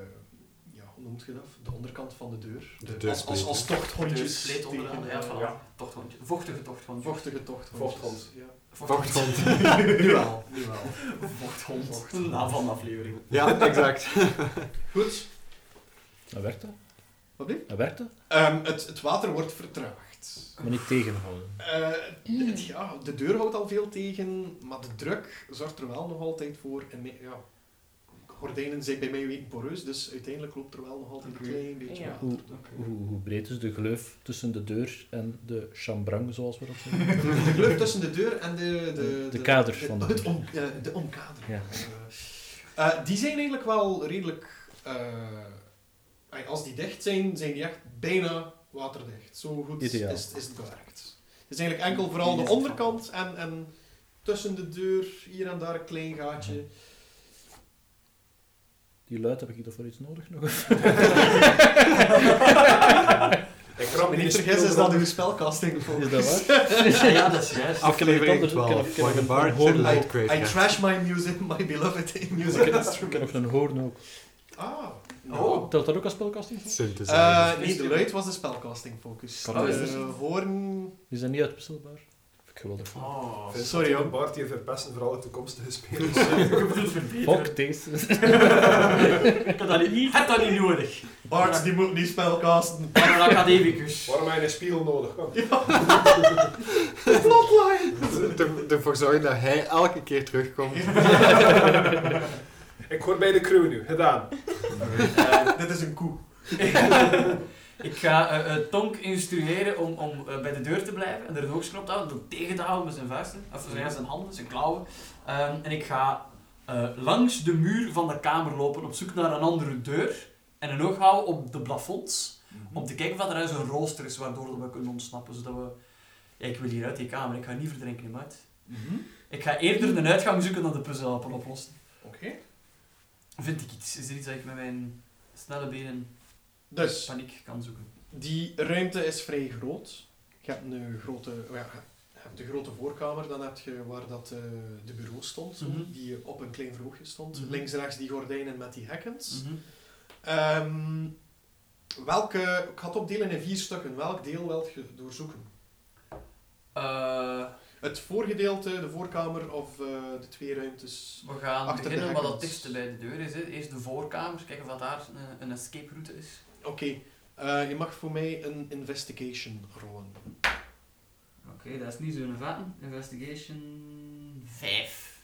B: ja, hoe noemt je dat? De onderkant van de deur.
D: De
B: De- als,
D: deurspleet,
B: als, als
D: hè?
B: tochthondjes.
C: Sleet onderaan.
B: tegen,
C: Ja,
B: eh,
C: voilà.
G: ja.
C: Tochthondje. Vochtige tochthond.
B: Vochtige tochthondjes. [laughs]
G: Vochthond.
B: Ja.
D: Vochthond.
C: [laughs]
B: nu wel, nu wel.
C: Vochthond. De naam van de aflevering.
D: Ja,
B: [laughs]
D: exact.
B: Goed.
A: Dat werkte.
B: Wat blieft?
A: Dat werkte.
B: Ehm, het, het water wordt vertraagd.
A: Maar niet tegenhouden.
B: Eh, het- ja, de deur houdt al veel tegen, maar de druk zorgt er wel nog altijd voor. En me- ja, gordijnen zijn bij mij weten poreus, dus uiteindelijk loopt er wel nog altijd een
C: Oké.
B: klein beetje
E: Ja.
B: water.
A: Hoe, hoe, hoe breed is de gleuf tussen de deur en de chambrang, zoals we dat zeggen?
B: [laughs] De kleur tussen de deur en de...
A: De- de kaders van de
B: het
A: deur.
B: om- eh, de omkadering.
A: Ja.
B: Eh, eh, die zijn eigenlijk wel redelijk... eh, ay, als die dicht zijn, zijn die echt bijna waterdicht. Zo goed is,
A: Ideaal.
B: is het gewerkt. Het is eigenlijk enkel vooral
C: Die
B: de
C: is het
B: onderkant en, en tussen de deur, hier en daar een klein gaatje.
A: Die luid heb ik hiervoor iets nodig nog.
G: Ik
B: Als ik
G: ram
B: me
G: die
B: niet vergis, is
G: speel
B: dat
G: erop.
B: uw spelcasting voor.
A: Is dat waar?
C: Ja, ja, dat is juist.
D: Aflevering
A: Ik kan het anders-
D: 12.
A: ik kan het- ik kan
D: Voor de
A: het
D: bar,
A: gewoon-
D: de light
B: I, I
D: crate.
B: trash my music, my beloved music
A: Ik Ik heb
B: instrument.
A: nog een hoorn ook.
B: Ah.
C: Oh.
A: Telt dat ook als spelkasting?
D: [laughs] Synthesizer.
B: Eh, nee, de luid was eh, de spelcasting focus.
A: Kan
C: dat?
B: de hoorn...
A: Die zijn niet uitwisselbaar. Vind ik geweldig.
C: Oh,
G: Vincent
B: Sorry,
G: en
B: hoor.
G: Bart hier verpesten voor alle toekomstige spelers.
C: ik bedoel verbeteren.
A: Fuck deze.
C: Ik heb dat niet, heb dat niet nodig.
B: Bart, die moet niet spelcasten.
C: Ik ben een academicus.
G: Waarom heb je een spiegel
B: [laughs]
G: nodig? Kom.
D: Er- Ervoor zorgen dat hij elke keer terugkomt.
G: Ik hoor bij de crew nu. Gedaan.
B: Eh, dit is een koe.
C: ik ga eh, eh, Tonk instrueren om, om eh, bij de deur te blijven en er een hoogsknop te houden, door tegen te houden met zijn vuisten, of zijn, zijn handen, zijn klauwen. Ehm, en ik ga eh, langs de muur van de kamer lopen op zoek naar een andere deur en een oog houden op de plafonds
B: Mhm.
C: om te kijken of er ergens een rooster is waardoor we kunnen ontsnappen, zodat we... Ja, ik wil hier uit die kamer, ik ga niet verdrinken in uit.
B: Mhm.
C: Ik ga eerder een uitgang zoeken dan de puzzel helpen oplossen.
B: Oké.
C: Vind ik iets? Is er iets dat ik met mijn snelle benen
B: Dus,
C: paniek kan zoeken?
B: die ruimte is vrij groot. Je hebt een grote... oh Ja, je hebt de grote voorkamer, dan heb je waar dat, eh, de bureau stond, zo,
C: Mhm.
B: die op een klein verhoogje stond.
C: Mhm.
B: Links en rechts die gordijnen met die hekkens.
C: Mhm.
B: Ehm, welke, ik ga het opdelen in vier stukken. Welk deel wilt je doorzoeken?
C: Eh,
B: Het voorgedeelte, de voorkamer of eh, de twee ruimtes?
C: Dus we gaan
B: Achter de
C: beginnen wat dat
B: hekkens.
C: dichtste bij de deur is. Hè. Eerst de voorkamer, kijken of dat daar een, een escape route is.
B: Oké, eh, je mag voor mij een investigation rollen.
C: Oké, dat is niet zo'n vatten. Investigation 5.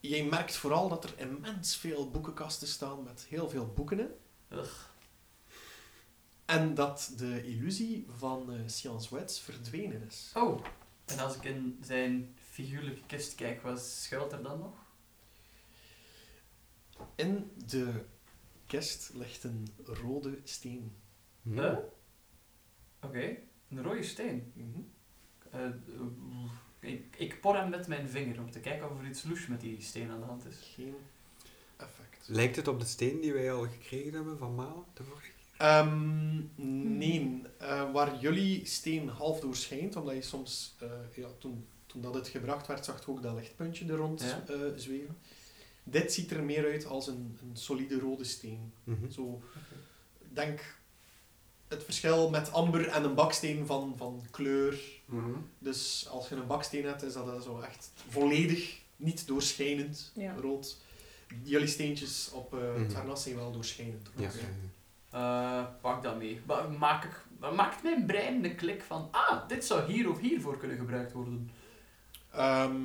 B: Jij merkt vooral dat er immens veel boekenkasten staan met heel veel boeken in.
C: Ugh.
B: En dat de illusie van eh Science Wets verdwenen is.
C: Oh, En als ik in zijn figuurlijke kist kijk, wat schuilt er dan nog?
B: In de kist ligt een rode steen.
D: Hm.
C: Huh? Oké, een rode steen.
B: Mhm.
C: Eh, ik, ik por hem met mijn vinger om te kijken of er iets loes met die steen aan de hand is.
B: Geen effect.
D: Lijkt het op de steen die wij al gekregen hebben van Maal? De vorige?
B: Ehm, nee, Eh, waar jullie steen half doorschijnt, omdat je soms, eh, ja, toen, toen dat het gebracht werd, zag je ook dat lichtpuntje er rond
C: Ja.
B: eh, zweven. Dit ziet er meer uit als een, een solide rode steen.
D: Mhm.
B: Zo, denk het verschil met amber en een baksteen van, van kleur.
G: Mhm.
B: Dus als je een baksteen hebt, is dat zo echt volledig niet doorschijnend
E: Ja.
B: rood. Jullie steentjes op eh, het
D: Mhm.
B: harnas zijn wel doorschijnend rood.
D: Ja.
C: Eh, pak dat mee. Ba- Maak ik, maakt mijn brein een klik van, ah, dit zou hier of hiervoor kunnen gebruikt worden.
B: Ehm,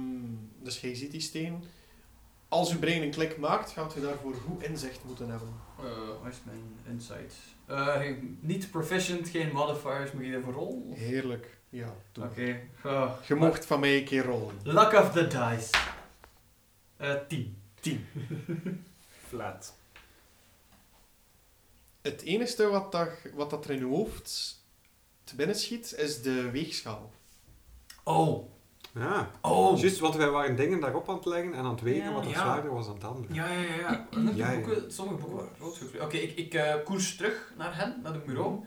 B: dus jij ziet die steen. Als je brein een klik maakt, gaat je daarvoor goed inzicht moeten hebben.
C: Eh wat is mijn insight? Eh, niet proficient, geen modifiers, moet je daarvoor rollen?
B: Heerlijk. Ja, doe.
C: Oké, eh,
B: Je mocht van mij een keer rollen.
C: luck of the dice. Eh 10.
G: Flat.
B: Het enige wat, dat, wat dat er in je hoofd te binnen schiet, is de weegschaal.
C: Oh,
D: Ja,
C: oh.
D: juist, want wij waren dingen daarop aan het leggen en aan het wegen
E: Ja.
D: wat er
C: Ja.
D: zwaarder was dan het andere.
C: Ja, ja, ja. ja. Omdat die
D: Ja, ja.
C: boeken- sommige boeken waren rood gekleurd. Oké, ik, ik eh, koers terug naar hen, naar het bureau.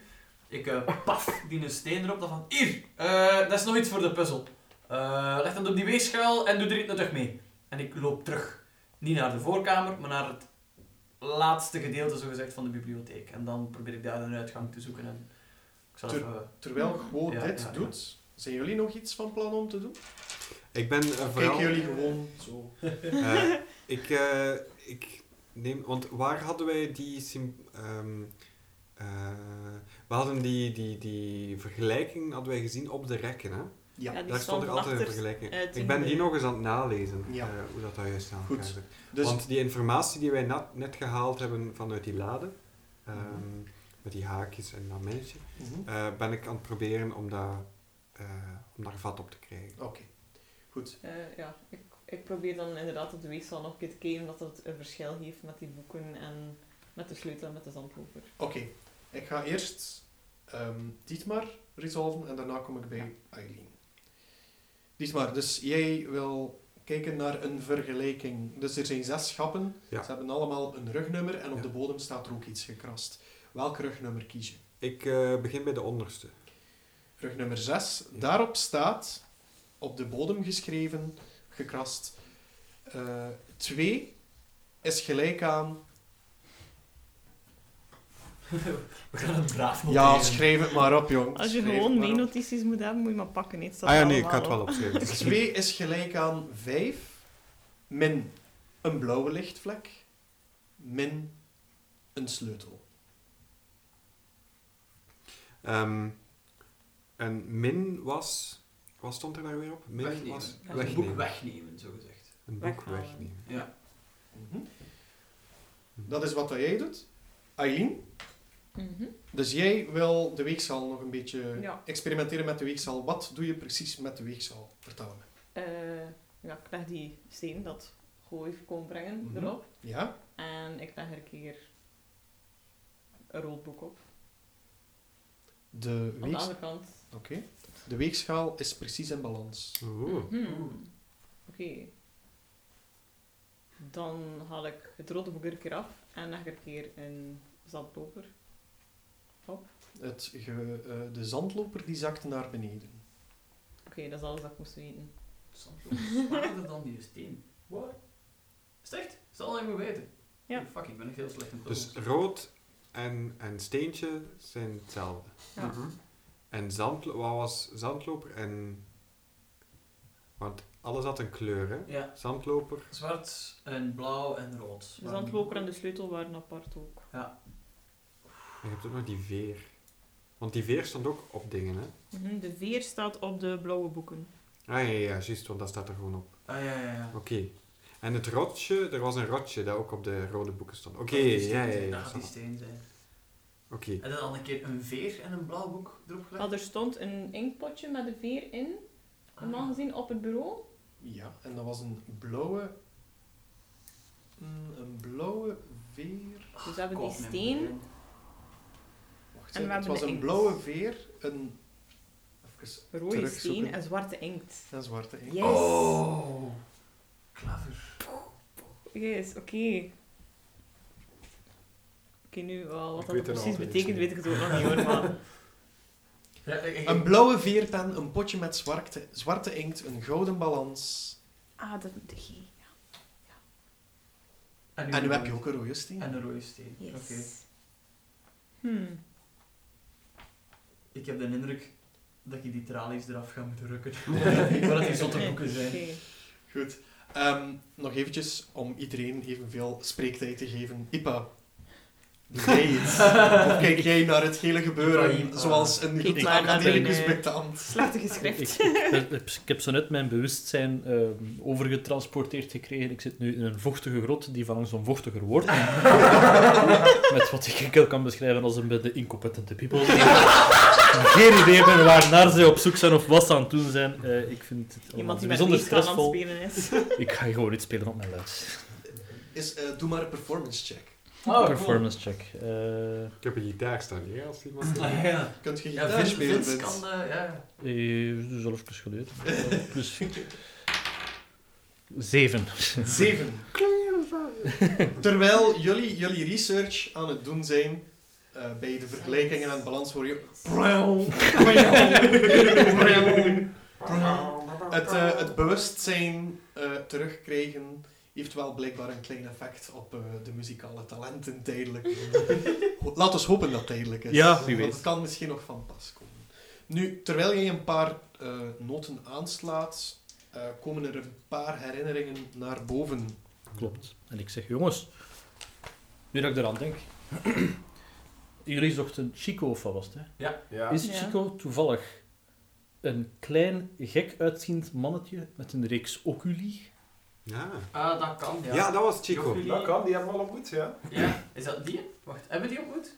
C: Ik eh, paf die een steen erop, dan van, hier, eh, dat is nog iets voor de puzzel. Eh, leg dat op die weegschaal en doe er iets terug mee. En ik loop terug. Niet naar de voorkamer, maar naar het laatste gedeelte, zogezegd, van de bibliotheek. En dan probeer ik daar een uitgang te zoeken. En ik zal
B: Ter-
C: even...
B: Terwijl gewoon
C: Ja,
B: dit
C: ja, ja.
B: doet, zijn jullie nog iets van plan om te doen?
D: Ik ben eh,
B: Kijken
D: vooral...
B: jullie gewoon zo.
D: Eh, ik, eh, ik neem... Want waar hadden wij die... sym- ehm, eh, we hadden die, die, die vergelijking hadden wij gezien op de rekken, hè?
B: Ja.
E: Ja, die
D: Daar stond er
E: stonden
D: altijd een
E: achter-
D: vergelijking.
E: eh,
D: ik ben die
E: tien-
D: nog eens aan het nalezen,
B: Ja.
D: eh, hoe dat daar juist aan
B: Goed.
D: elkaar zit.
B: Dus
D: Want die informatie die wij na- net gehaald hebben vanuit die lade, ehm,
B: Mhm.
D: met die haakjes en dat mensje,
B: Mhm.
D: eh, ben ik aan het proberen om, dat, eh, om daar vat op te krijgen.
B: Oké, goed.
E: Eh, ja, ik, ik probeer dan inderdaad op de weegschaal nog een keer te kijken dat het een verschil heeft met die boeken en met de sleutel en met de zandloper.
B: Oké, ik ga eerst ehm Dietmar resolven en daarna kom ik bij Eileen. Dietmar, dus jij wil kijken naar een vergelijking. Dus er zijn zes schappen,
D: Ja.
B: ze hebben allemaal een rugnummer en op
D: Ja.
B: de bodem staat er ook iets gekrast. Welk rugnummer kies je?
D: Ik eh, begin bij de onderste.
B: Rugnummer 6,
D: Ja.
B: daarop staat, op de bodem geschreven, gekrast, 2 is gelijk aan
C: [laughs] We gaan het braaf
B: Ja,
C: noteren.
B: schrijf het maar op, jong.
E: Als je
B: Schrijf
E: gewoon
B: het maar op.
E: mee notities moet hebben, moet je maar pakken. Nee, het staat
D: ah ja,
E: er
D: nee, ik ga het
E: allemaal
D: wel
E: op.
D: opschrijven. [laughs] Het is niet-
B: 2 is gelijk aan 5, min een blauwe lichtvlek, min een sleutel.
D: Ehm, en min was... Wat stond er daar weer op? Min
C: Wegnemen.
D: was...
C: Ja, Een boek wegnemen, zogezegd.
D: Een boek
E: Weghalen.
D: wegnemen.
C: Ja.
B: Mhm. Dat is wat dat jij doet. Aileen,
E: Mhm.
B: dus jij wil de weegschaal nog een beetje
E: Ja.
B: experimenteren met de weegschaal. Wat doe je precies met de weegschaal? Vertel me.
E: Eh, ja, ik leg die steen dat gooi kon brengen
B: Mhm.
E: erop.
B: Ja?
E: En ik leg er een keer een rood boek op.
B: De,
E: Aan de
B: weegs-
E: andere kant.
B: de weegschaal is precies in balans.
D: Oeh.
E: Mhm. Oké. Dan haal ik het rode boek er een keer af en leg er een keer een zandloper.
B: Het ge- eh, de zandloper die zakt naar beneden.
E: Oké, dat is alles dat ik moest weten.
C: Soms ook zwaarder dan die steen.
G: Wat?
C: Sticht, zal hij moet weten.
E: Ja.
C: Oh, Fuck, ik ben echt heel slecht in
D: Dus
C: puzzels.
D: rood en, en steentje zijn hetzelfde.
E: Ja.
D: Mhm. En zand, wat was zandloper en... Want alles had een kleur, hè?
C: Ja,
D: Zandloper.
C: zwart en blauw en rood.
E: De zandloper en dus- de sleutel waren apart ook.
D: En je hebt ook nog die veer. Want die veer stond ook op dingen, hè?
E: Mhm, De veer staat op de blauwe boeken.
D: Ah ja, ja, ja, juist, want dat staat er gewoon op.
C: Ah ja, ja, ja.
D: Oké. En het rotje, er was een rotje dat ook op de rode boeken stond. Oké,
C: Dat gaat Oh, dus die steen
D: ja, ja,
C: zijn,
D: ja.
C: Dat gaat
D: snap.
C: die steen zijn.
D: Oké.
C: En dan een keer een veer en een blauw boek erop gelegd.
E: Maar er stond een inktpotje met een veer in. Een
C: Ah.
E: man gezien op het bureau.
B: Ja, en dat was een blauwe... mm, Een blauwe veer...
E: Dus we hebben die
C: Koop Ah, mijn
E: steen.
C: broer.
B: Wacht,
E: we
B: hè. het
E: hebben
B: was
E: de
B: een
E: inkt.
B: blauwe veer, een... Even
E: Rode steen
B: terugzoeken.
E: en zwarte inkt.
B: En zwarte inkt.
E: Yes.
C: Oh, clever.
E: Yes, oké. Oké, nu wel,
G: Ik
E: wat
G: weet
E: dat
G: er nog
E: precies
G: altijd
E: betekent, weet
G: niks
E: ik het ook nog niet hoor. Maar
C: Ja, ik- ik-
B: Een blauwe veerpen, een potje met zwarte, zwarte inkt, een gouden balans.
E: Ah, dat moet G.
C: nu
B: En nu heb je ook een rode steen.
C: En een rode steen.
E: Yes.
C: Oké.
E: Hmm.
C: Ik heb de indruk dat ik die tralies eraf ga moeten
E: [laughs]
C: rukken. [laughs] ik wil dat die zotte boeken zijn.
E: Oké.
B: Goed. Ehm, nog eventjes om iedereen evenveel spreektijd te geven. Ipa, doe jij
C: [laughs]
B: iets? Of kijk jij naar het hele gebeuren
C: Ipa, Ipa.
B: zoals een
E: Kijk
B: een
E: maar naar
B: academicus
E: binnen.
B: betaamt?
A: [laughs]
E: Slechte
A: Ik,
E: geschrift.
A: ik- ik- ik heb zo net mijn bewustzijn ehm, overgetransporteerd gekregen. Ik zit nu in een vochtige grot die van langs een vochtiger wordt. [laughs] Met wat ik enkel kan beschrijven als een bij de incompetente people. [laughs] Geen idee ben waarnaar ze op zoek zijn of wat ze aan het doen zijn. Eh, ik vind het allemaal
E: Iemand die met
A: bijzonder
E: iets aan het
A: stressvol.
E: spelen is.
A: Ik ga gewoon niet spelen op mijn luid.
B: Is, eh, doe maar een performance check.
C: Oh,
A: Performance check. Eh,
D: Ik heb een gitaar staan hier, als iemand...
C: Cool. Ah, [laughs] ja.
B: Kunt je
C: Ja,
B: gitaar
C: Vince,
B: spelen,
C: Vince
B: Vince?
C: kan... eh, ja.
A: eh, dus zelf plus geleerd. Eh, Plus zeven.
B: Zeven. Terwijl jullie jullie research aan het doen zijn eh, bij de vergelijkingen en balans hoor je... Het, eh, het bewustzijn eh, terugkrijgen heeft wel blijkbaar een klein effect op eh, de muzikale talenten tijdelijk. Ho- Laat ons hopen dat het tijdelijk is.
A: Ja, wie
B: Want
A: weet.
B: het kan misschien nog van pas komen. Nu, terwijl jij een paar eh, noten aanslaat, eh, komen er een paar herinneringen naar boven.
A: [laughs] Klopt. En ik zeg, jongens, nu dat ik eraan denk. [clears throat] Jullie zochten Chico of wat was het, hè?
G: Ja.
A: Is
E: Ja.
A: Chico toevallig een klein, gek uitziend mannetje met een reeks oculi?
D: Ja.
C: Ah, dat kan, ja.
D: ja, dat was Chico.
C: Joffrey.
G: Dat kan, die hebben we al ontmoet, ja.
C: Ja, Is dat die? Wacht, hebben we die ontmoet?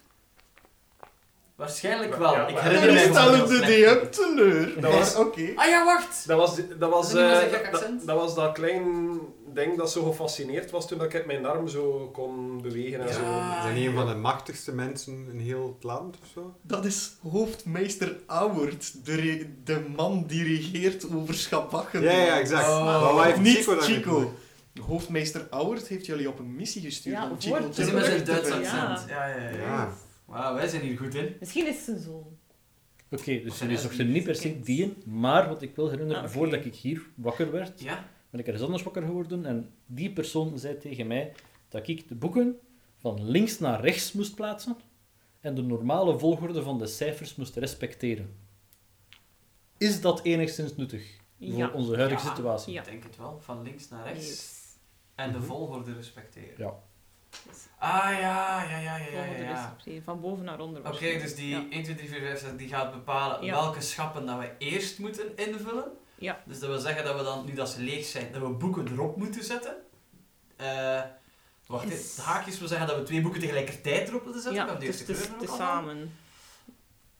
C: Waarschijnlijk
G: Ja,
C: wel.
G: ja,
C: ik
G: maar-
C: herinner mij
G: Jullie stellen
C: wel
B: de
C: heel
B: DM teleur.
G: Dat was-
B: Maar Eh, Oké.
C: Ah ja, wacht!
G: Dat was, die- dat, was,
C: Is dat niet
G: eh,
C: met een gek
G: dat,
C: accent?
G: dat was dat klein ding dat zo gefascineerd was toen ik mijn arm zo kon bewegen en
C: Ja.
G: zo.
D: Zijn die een van de machtigste mensen in heel het land of zo?
B: Dat is hoofdmeester Auwert, de, re- de man die regeert over Schabakken.
D: Ja, ja, exact.
C: Oh.
D: Maar waar heeft
B: Niet
D: Chico
B: Chico.
D: dan gevonden?
B: Hoofdmeester Auwert heeft jullie op een missie gestuurd
E: Ja,
B: om
E: voor
B: Chico
E: het
C: Het is
B: te
C: met zijn
B: terug te
C: Duits
E: Ja.
B: brengen.
C: accent. Ja, ja, ja.
D: Ja.
C: Wauw, wij zijn hier goed in.
E: Misschien is het zijn zoon.
A: Oké, dus jullie zochten niet per se die, maar wat ik wil herinneren,
E: Ah, oké.
A: voordat ik hier wakker werd,
C: Ja.
A: ben ik ergens anders wakker geworden en die persoon zei tegen mij dat ik de boeken van links naar rechts moest plaatsen en de normale volgorde van de cijfers moest respecteren. Is dat enigszins nuttig
E: Ja.
A: voor onze huidige
C: Ja.
A: situatie?
E: Ja.
C: Ik denk het wel. Van links naar rechts.
E: Yes.
C: En de
D: Mhm.
C: volgorde respecteren.
A: Ja.
C: Ah ja, ja, ja, ja, ja.
E: Volgende
C: ja, ja.
E: receptie, Van boven naar onder.
C: Oké,
E: waarschijnlijk.
C: dus die
E: Ja.
C: 1, 2, 3, 4, 5, 6, die gaat bepalen
E: Ja.
C: welke schappen dat we eerst moeten invullen.
E: Ja.
C: Dus dat wil zeggen dat we dan, nu dat ze leeg zijn, dat we boeken erop moeten zetten. Eh, wacht,
E: Yes.
C: de haakjes wil zeggen dat we twee boeken tegelijkertijd erop moeten zetten.
E: Ja,
C: Ik heb de
E: dus
C: eerste kleur er
E: te,
C: ook al aan.
E: samen.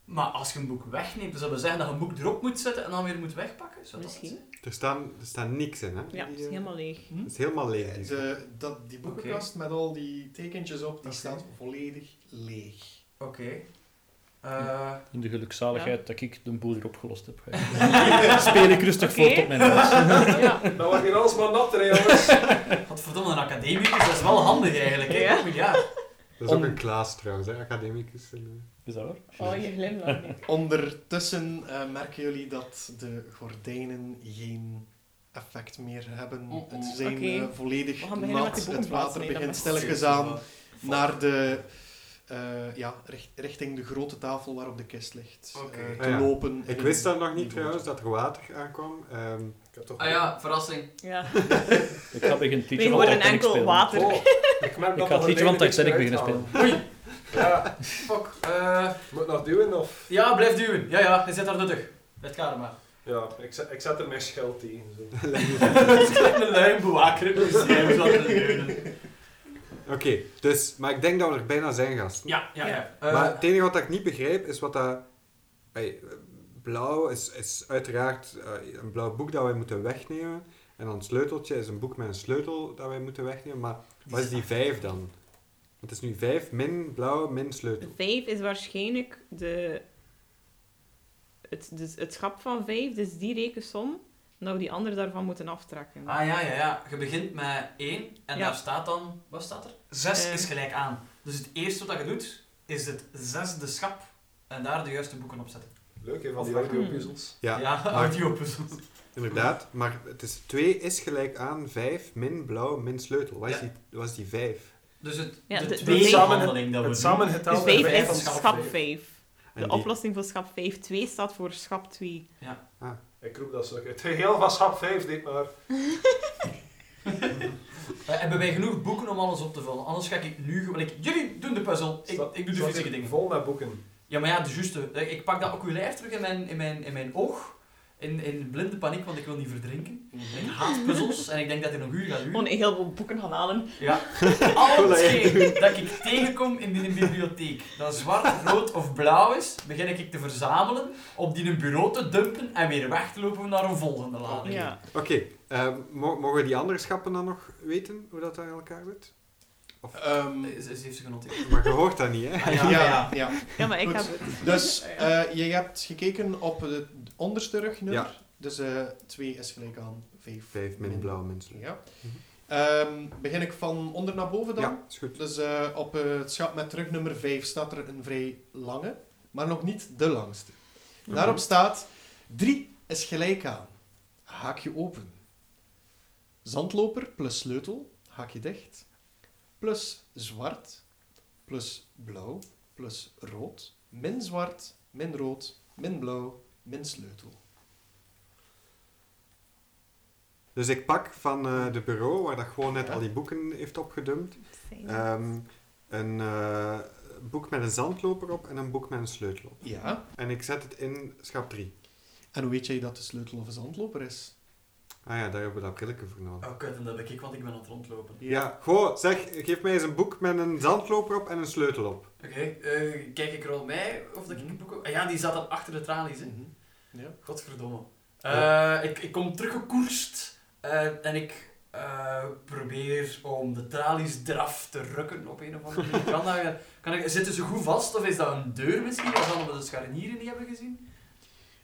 C: Maar als je een boek wegneemt, dus dat wil zeggen dat je een boek erop moet zetten en dan weer moet wegpakken. Zou dat
E: Misschien.
C: het zijn?
D: Er staat er staan niks in, hè?
E: Ja, het
D: Die,
E: is
D: eh,
E: helemaal
B: [laughs]
E: leeg.
D: Het is helemaal leeg. die zak.
B: De, dat, die boekenkast met al die tekentjes op, die
C: Oké.
B: staat volledig leeg.
C: Oké. Eh, [laughs]
A: In de gelukzaligheid dat ik de boel hier opgelost heb. [laughs] Speel ik rustig
E: Oké.
A: voort op mijn huis.
E: ja.
G: Dat wordt hier Nou, alles maar nat, hè, jongens.
C: Godverdomme, een academicus, dat is wel handig eigenlijk. hè?
E: Ja.
C: Ja.
D: Dat is ook
A: Om-
D: een Klaas trouwens, hè? academicus. en, eh.
A: Is dat waar?
E: Oh, je glimlach. niet.
B: Ondertussen eh, merken jullie dat de gordijnen geen effect meer hebben.
C: Oh, oh,
B: Het zijn
E: Mm, oké.
B: eh,
E: We
B: volledig
E: gaan beginnen met
B: nat.
E: die
B: Het water
E: boekenplaatsen, hè, dan
B: begint
E: mag-
B: stilletjes aan naar de, eh, ja, richt- richting de grote tafel waarop de kist ligt.
C: Oké.
B: eh,
D: Ah,
B: te
D: ja.
B: lopen.
D: Ik
B: in
D: wist dat
B: een
D: nog niet
B: niveau.
D: trouwens, dat er water aankwam. Ehm,
G: Ik heb toch
C: Ah ja, verrassing.
E: Ja.
A: Ik ga beginnen
E: We
A: teachen van
E: horen
A: Titanic
E: enkel
A: spelen.
E: water. [laughs]
G: Oh, ik merk
A: Ik
G: dat
A: ga
G: dat er
A: teachen van
G: niks meer
A: Titanic beginnen
G: uithalen.
A: spelen.
C: Oei,
G: Ja,
C: fuck. Eh,
G: moet nog duwen of?
C: ja, blijf duwen. Ja, ja, je zit daar nuttig. Het gaat er maar.
G: Ja, ik zet, ik zet er mijn scheld tegen. Zo.
C: Een luim bewaker. Dus jij moet laten duwen.
D: Oké, dus, maar ik denk dat we er bijna zijn, gast.
C: Ja, ja, ja. Eh,
D: maar het enige wat ik niet begrijp is wat dat. Ey, eh, blauw is, is uiteraard eh, een blauw boek dat wij moeten wegnemen. En dan het sleuteltje is een boek met een sleutel dat wij moeten wegnemen. Maar wat is die vijf dan? Want het is nu vijf min blauw min sleutel.
E: Vijf is waarschijnlijk de, het, dus het schap van vijf, dus die rekensom. Nou, die andere daarvan moeten aftrekken.
C: Ah ja, ja, ja. Je begint met 1 en
E: Ja.
C: daar staat dan, wat staat er? 6
E: Eh.
C: is gelijk aan. Dus het eerste wat je doet, is het zesde schap en daar de juiste boeken op zetten.
G: Leuk, hè, van
C: Of
G: die
C: waar-
G: audiopuzzels.
D: Ja, maar-
C: audiopuzzels.
D: inderdaad. Maar het is 2 is gelijk aan 5 min blauw min sleutel. Wat is,
C: Ja.
D: die, wat is die 5?
C: Dus het,
E: Ja,
C: de,
E: de- de
C: tweede
G: samen-
C: handeling dat we doen.
G: Het
E: Dus
G: samengetelde
E: vijf
G: vijf
E: is
G: van
E: schap vijf.
D: En
E: De
D: die-
E: oplossing voor schap 5. 2 staat voor schap 2.
G: Ik roep dat zo. [laughs] Het geheel van schap 5 dit maar.
C: Eh, hebben wij genoeg boeken om alles op te vullen? Anders ga ik nu gewoon... ik- Jullie doen de puzzel, ik,
G: Staat-
C: ik doe de
G: staat
C: fysieke
G: hier
C: dingen.
G: Vol met boeken.
C: Ja, maar ja, de juiste. Eh, Ik pak dat oculair terug in mijn, in mijn, in mijn oog. In, in blinde paniek, want ik wil niet verdrinken.
B: Mhm.
C: Ik haat puzzels en ik denk dat hij nog uur gaat duren.
E: Gewoon een heleboel boeken gaan halen.
C: Ja. Al hetgeen dat ik tegenkom in die bibliotheek, dat zwart, rood of blauw is, begin ik te verzamelen, op die een bureau te dumpen en weer weg te lopen naar een volgende
B: Ah,
C: lading.
E: Ja.
D: Oké, eh, mo- mogen we die andere schappen dan nog weten hoe dat aan elkaar zit?
B: Ehm,
C: Eh, Ze, ze heeft ze genoteerd.
D: Maar je hoort dat niet, hè?
C: Ah,
B: ja, ja,
E: ja, maar ik
B: Goed.
E: heb...
B: Dus eh, je hebt gekeken op het onderste rugnummer.
D: Ja.
B: Dus 2 is gelijk aan 5.
D: 5 min blauw min sleutel.
B: Ja. Ehm, begin ik van onder naar boven dan?
D: Ja, is goed.
B: Dus eh, op eh, het schap met rugnummer 5 staat er een vrij lange, maar nog niet de langste. Daarop staat 3 is gelijk aan. Haakje open. Zandloper plus sleutel, haakje dicht. Plus zwart, plus blauw, plus rood. Min zwart, min rood, min blauw, min sleutel.
D: Dus ik pak van eh, de bureau, waar dat gewoon net al die boeken heeft opgedumpt, ehm, een eh, boek met een zandloper op en een boek met een sleutel op.
B: Ja.
D: En ik zet het in schap 3.
B: En hoe weet jij dat de sleutel of een zandloper is?
D: Ah ja, daar hebben we dat brilletje voor nodig.
C: Oh, kut, en dat ben ik, want ik ben aan het rondlopen.
D: Ja, goh, zeg, geef mij eens een boek met een zandloper op en een sleutel op.
C: Oké, eh, kijk ik rond mij of dat ik een boek... Ah ja, die zat dan achter de tralies, hè.
B: Mhm. Ja.
C: Godverdomme. Eh, ik, ik kom teruggekoerst eh, en ik eh, probeer om de tralies eraf te rukken op een of andere manier. Kan dat, eh, kan ik, zitten ze goed vast of is dat een deur misschien? Of hadden we de scharnieren niet hebben gezien?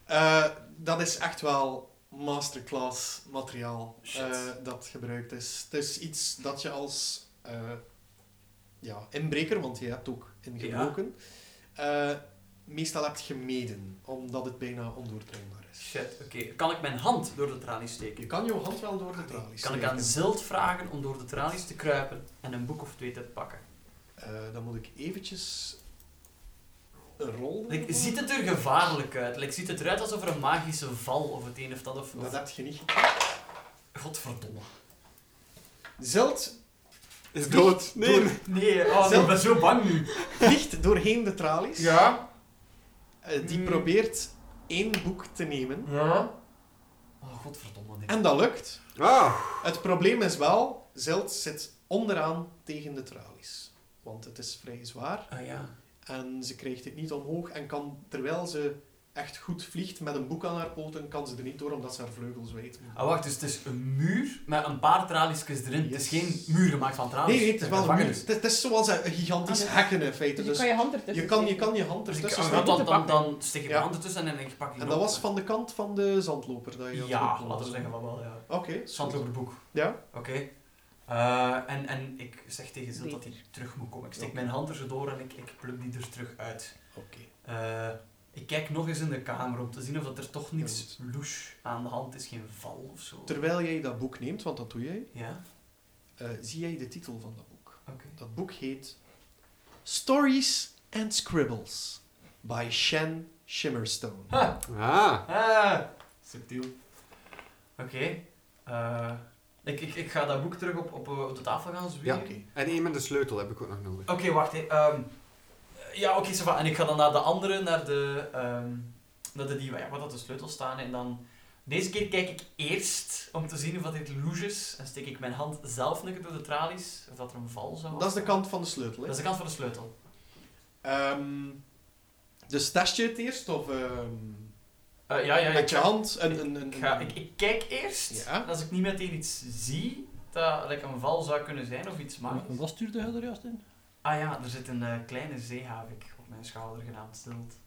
B: Eh, dat is echt wel masterclass materiaal
C: Shit.
B: eh, dat gebruikt is. Het is iets dat je als eh, ja, inbreker, want je hebt ook ingebroken, eh, meestal hebt gemeden, omdat het bijna ondoordringbaar is.
C: Shit, oké. Kan ik mijn hand door de tralies steken?
B: Je kan je hand wel door de tralies
C: Kan ik
B: steken.
C: aan Zilt vragen om door de tralies te kruipen en een boek of twee te pakken?
B: Eh, dan moet ik eventjes een rol doen.
C: Like, ziet het er gevaarlijk uit? Like, ziet het eruit alsof er een magische val of het een of dat of...
B: Dat
C: of...
B: heb je niet.
C: Godverdomme.
B: Zeld
D: Is dood. Nee.
C: Door- Nee, oh, nee,
B: Zilt-
C: ik ben zo bang nu.
B: vliegt doorheen de tralies.
C: Ja?
B: Eh, die
C: Mm.
B: probeert één boek te nemen.
C: Ja? Oh, godverdomme. nee.
B: En dat lukt.
D: Ah,
B: Het probleem is wel, Zilt zit onderaan tegen de tralies. Want het is vrij zwaar
C: Ah ja.
B: en ze krijgt het niet omhoog en kan, terwijl ze echt goed vliegt met een boek aan haar poten, kan ze er niet door omdat ze haar vleugels wijten.
C: Ah, wacht, dus het is een muur met een paar traliesjes erin. Het is
B: Yes.
C: geen muur gemaakt van tralies.
B: Nee, nee, het is wel een muur.
C: dus gevangenis.
B: Het, het is zoals een een gigantisch
E: Ah, nee.
B: hekken in feite.
E: Dus je
B: Dus
E: kan je hand ertussen
B: je kan je,
E: steken.
B: kan je hand
C: Dus ik-
B: ertussen
C: ah,
B: steken.
C: dan, dan,
E: pakken.
C: dan steek ik
B: Ja.
C: mijn hand ertussen en ik pak die
B: En dat
C: op.
B: was van de kant van de zandloper dat je had
C: Ja,
B: gekozen.
C: laten we zeggen van wel, ja.
B: Oké.
C: Zandloperboek.
B: Ja.
C: Oké. Eh, en, en ik zeg tegen Zil dat
E: Beter.
C: hij terug moet komen. Ik steek
B: Oké.
C: mijn hand er zo door en ik, ik pluk die er terug uit.
B: Oké.
C: Eh, ik kijk nog eens in de kamer om te zien of dat er toch niets
B: Ja,
C: louche aan de hand is. Geen val of zo.
B: Terwijl jij dat boek neemt, want dat doe jij,
C: Ja?
B: eh, zie jij de titel van dat boek.
C: Oké.
B: Dat boek heet Stories and Scribbles by Shen Shimmerstone.
C: Ha!
D: ah.
C: Ah, subtiel. Oké. eh, ik, ik, ik ga dat boek terug op, op, eh, op de tafel gaan
B: Ja,
C: zwieren.
D: Ja.
B: oké.
D: En één met de sleutel heb ik ook nog nodig.
C: Oké, wacht. hè, ehm, ja, oké, ça va. En ik ga dan naar de andere, naar de... ehm, naar de die, waar- waar dat de sleutels staan. En dan... Deze keer kijk ik eerst om te zien of dat dit louche is. En steek ik mijn hand zelf een keer door de tralies. Of dat er een val zou
B: Dat is de kant van de sleutel.
C: Dat
B: Hè?
C: is de kant van de sleutel.
B: Ehm, dus test je het eerst of ehm,
C: Eh, ja, ja,
B: Met
C: ik
B: je
C: ga-
B: hand en... en, en
C: Ik, ga, ik, ik kijk eerst.
B: Ja.
C: En Als ik niet meteen iets zie dat like, een val zou kunnen zijn of iets magisch.
A: Wat stuurde hij er juist in?
C: Ah ja, er zit een eh, kleine zeehavik op mijn schouder genaamd Stilt.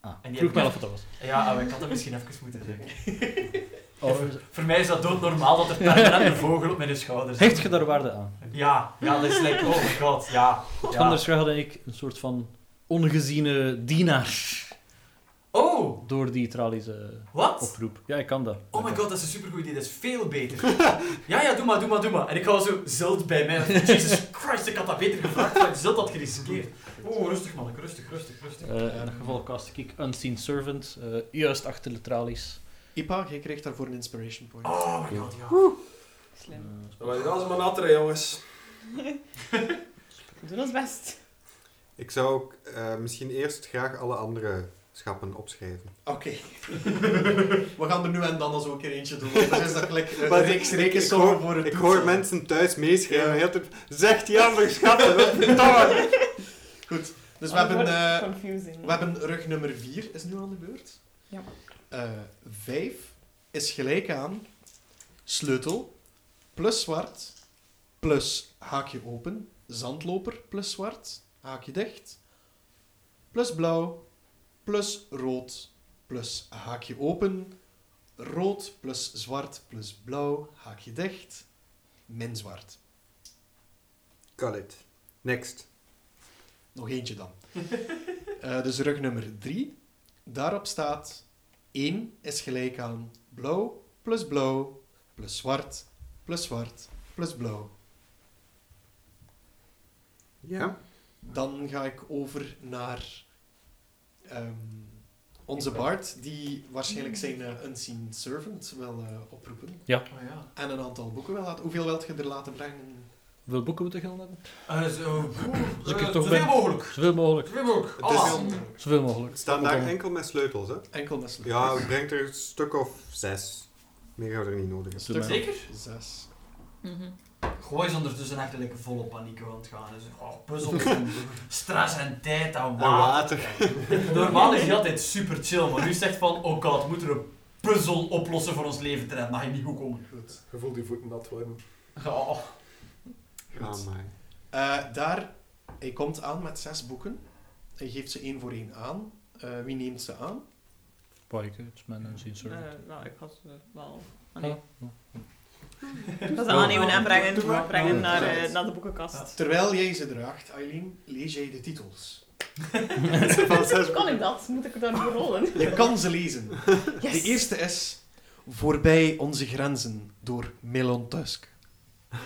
A: Ah,
C: En die
A: vroeg
C: heb
A: mij
C: ik-
A: af wat dat was.
C: Ja, ah, ik had dat misschien even moeten zeggen.
A: Oh,
C: Voor mij is dat doodnormaal dat er
A: [laughs]
C: permanent een vogel op mijn schouder zit.
A: hecht je daar waarde aan?
C: Ja, ja, dat is like, oh my god, ja. ja.
A: Anders hadden ik een soort van ongeziene dienaar
C: Oh,
A: door die tralische
C: wat?
A: oproep. Ja, ik kan dat.
C: Oh my god, dat is een supergoed idee, dat is veel
A: [laughs]
C: beter. Ja, ja, doe maar, doe maar, doe maar. En ik hou zo zilt bij mij. Jesus Christ, ik had dat beter gevraagd, maar zilt had geriskeerd. Oeh, rustig manneke, rustig, rustig, rustig.
A: Eh, in dat geval cast ik Unseen Servant eh, juist achter de tralies.
B: Ipa, jij kreeg daarvoor een inspiration point.
C: Oh my god, ja.
A: Eh,
E: Slim.
G: Dan ben je als maar natteren, jongens.
E: We doen ons
B: Dus
E: best.
D: Ik zou ook, eh, misschien eerst graag alle andere schappen opschrijven.
B: Oké. [laughs] We gaan er nu en dan als ook er eentje doen. want Dan is dat gelijk een
D: Maar
B: reeks
D: Eh, ik- ik- ik
B: rekensommen
D: hoor-
B: voor het
D: Ik
B: toetsen.
D: hoor mensen thuis meeschrijven
B: Ja.
D: de hele tijd, zeg die andere schappen, wat [laughs] verdomme.
B: Goed. Dus we
E: Anders
C: Oh,
B: hebben,
E: wordt het
B: eh,
E: confusing.
B: we hebben rug nummer 4 is nu aan de beurt.
E: Ja.
B: 5 is gelijk aan sleutel plus zwart plus haakje open, zandloper plus zwart, haakje dicht, plus blauw plus rood plus haakje open, rood plus zwart plus blauw, haakje dicht, min zwart.
D: Got it. Next.
B: Nog eentje dan. [laughs] Eh, dus rug nummer 3. Daarop staat 1 is gelijk aan blauw plus blauw plus zwart plus zwart plus blauw.
D: Ja?
B: Dan ga ik over naar ehm, onze Bart, die waarschijnlijk zijn eh, Unseen Servant wil eh, oproepen.
C: Oh ja.
B: En een aantal boeken wil laten. Hoeveel wilt je er laten brengen?
A: Hoeveel boeken moeten gelden hebben?
C: Eh, zo,
A: Dus ik
C: eh,
A: er toch
C: zoveel
A: ben-
C: mogelijk.
A: Zoveel mogelijk.
C: Zoveel mogelijk.
D: Het is-
C: Ah.
A: Zoveel mogelijk.
D: Staan
A: Moet
D: daar
A: dan-
D: enkel met sleutels, hè?
B: Enkel met sleutels.
D: Ja, het brengt er een stuk of zes. Meer hebben we er niet nodig.
B: Een
D: hebben.
A: Doe
B: stuk
A: maar.
C: Zeker?
B: zes.
E: Mhm.
C: Gooi is ondertussen echt like, volle paniek aan het gaan. Dus, oh, puzzels [laughs] en stress en tijd en
D: En
C: water. Normaal is hij altijd super chill, maar nu zegt van, oh god, we moeten een puzzel oplossen voor ons leven te redden. Mag je niet goed komen.
B: Goed.
G: Je voelt je voeten nat worden.
C: Oh.
D: Ah, my.
B: Eh, daar, hij komt aan met zes boeken. Hij geeft ze één voor één aan. Eh, wie neemt ze aan?
A: Pike, het is mijn Unseen Servant.
E: Eh, nou, ik had eh, wel... Ah, nee.
A: Ah,
E: Ik was aannemen en brengen, brengen naar, eh,
B: Right.
E: naar de boekenkast.
B: Terwijl jij ze draagt, Eileen, lees jij de titels.
D: [laughs] Van zes
E: Kan ik dat? Moet ik daarvoor rollen?
B: Je kan ze lezen. De
E: Yes.
B: eerste is Voorbij onze grenzen door Melon Tusk.
E: Ah,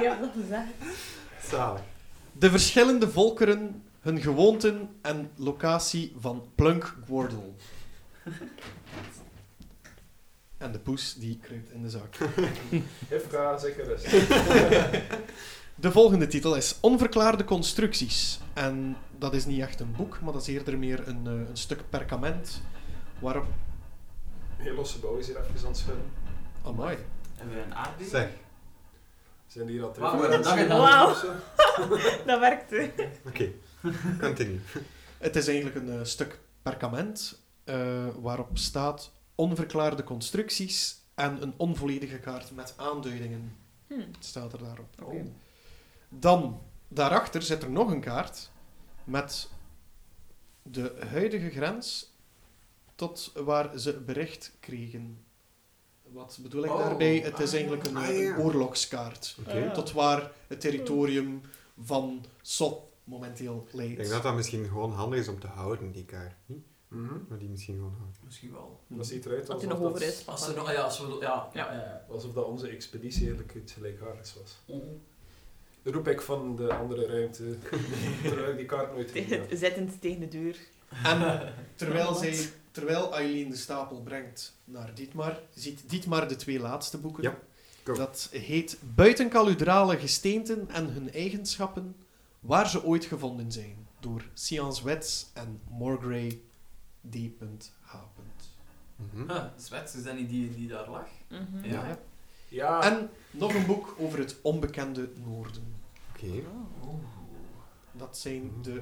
E: je hebt dat gezegd.
D: Zalig.
B: De verschillende volkeren, hun gewoonten en locatie van Plunk Gwordle. En de poes die kruipt in de zak.
G: Hifka, zeker eens.
B: De volgende titel is Onverklaarde constructies. En dat is niet echt een boek, maar dat is eerder meer een, eh, een stuk perkament. Waarop...
G: Heel losse bouw is hier even aan het schudden.
B: Amai.
C: Hebben we een aardbeving?
D: Zeg.
G: Zijn die hier aan het
C: Wauw,
G: treffen?
C: dat heb ik
G: Zo?
E: Wauw. [laughs] Dat werkte.
D: Oké, continue.
B: Het is eigenlijk een eh, stuk perkament eh, waarop staat onverklaarde constructies en een onvolledige kaart met aanduidingen.
E: Hm.
B: Staat er daarop. Oh.
E: Oké.
B: Dan, daarachter zit er nog een kaart met de huidige grens tot waar ze bericht kregen. Wat bedoel ik
C: Oh,
B: daarbij? Het is
C: ah,
B: eigenlijk een,
D: ah,
B: eh,
D: ja.
B: een oorlogskaart.
D: Oké.
E: Ja.
B: Tot waar het territorium van Sop momenteel
D: Ik
B: leidt.
D: denk dat dat misschien gewoon handig is om te houden, die kaart. Hm?
G: Mhm.
D: Maar die misschien gewoon houden.
C: Misschien wel.
G: Dat
B: Hm.
G: ziet eruit
E: Wat
G: alsof
E: er nog over
G: dat,
E: is.
C: Als er nog... Ja, als we... Ja, ja, ja.
G: alsof dat onze expeditie eigenlijk iets gelijkaardigs was.
E: Mhm.
C: Oh.
G: Roep ik van de andere ruimte, [laughs] terwijl ik die
E: [laughs]
G: kaart nooit gezien heb.
E: Tegen- Zittend tegen de deur.
B: En terwijl, zij, terwijl Eileen de stapel brengt naar Dietmar, ziet Dietmar de twee laatste boeken.
D: Ja, go.
B: Dat heet Buiten kaludrale gesteenten en hun eigenschappen, waar ze ooit gevonden zijn, door Sians Wets en Morgrey D.H.
D: Mhm.
C: Huh, Zwets, is dat niet die die daar lag?
E: Mhm.
C: Ja.
G: Ja,
B: En nog een boek over het onbekende noorden.
D: Oké.
E: Oh.
C: Oeh.
B: Dat
D: Mm-hmm.
B: zijn de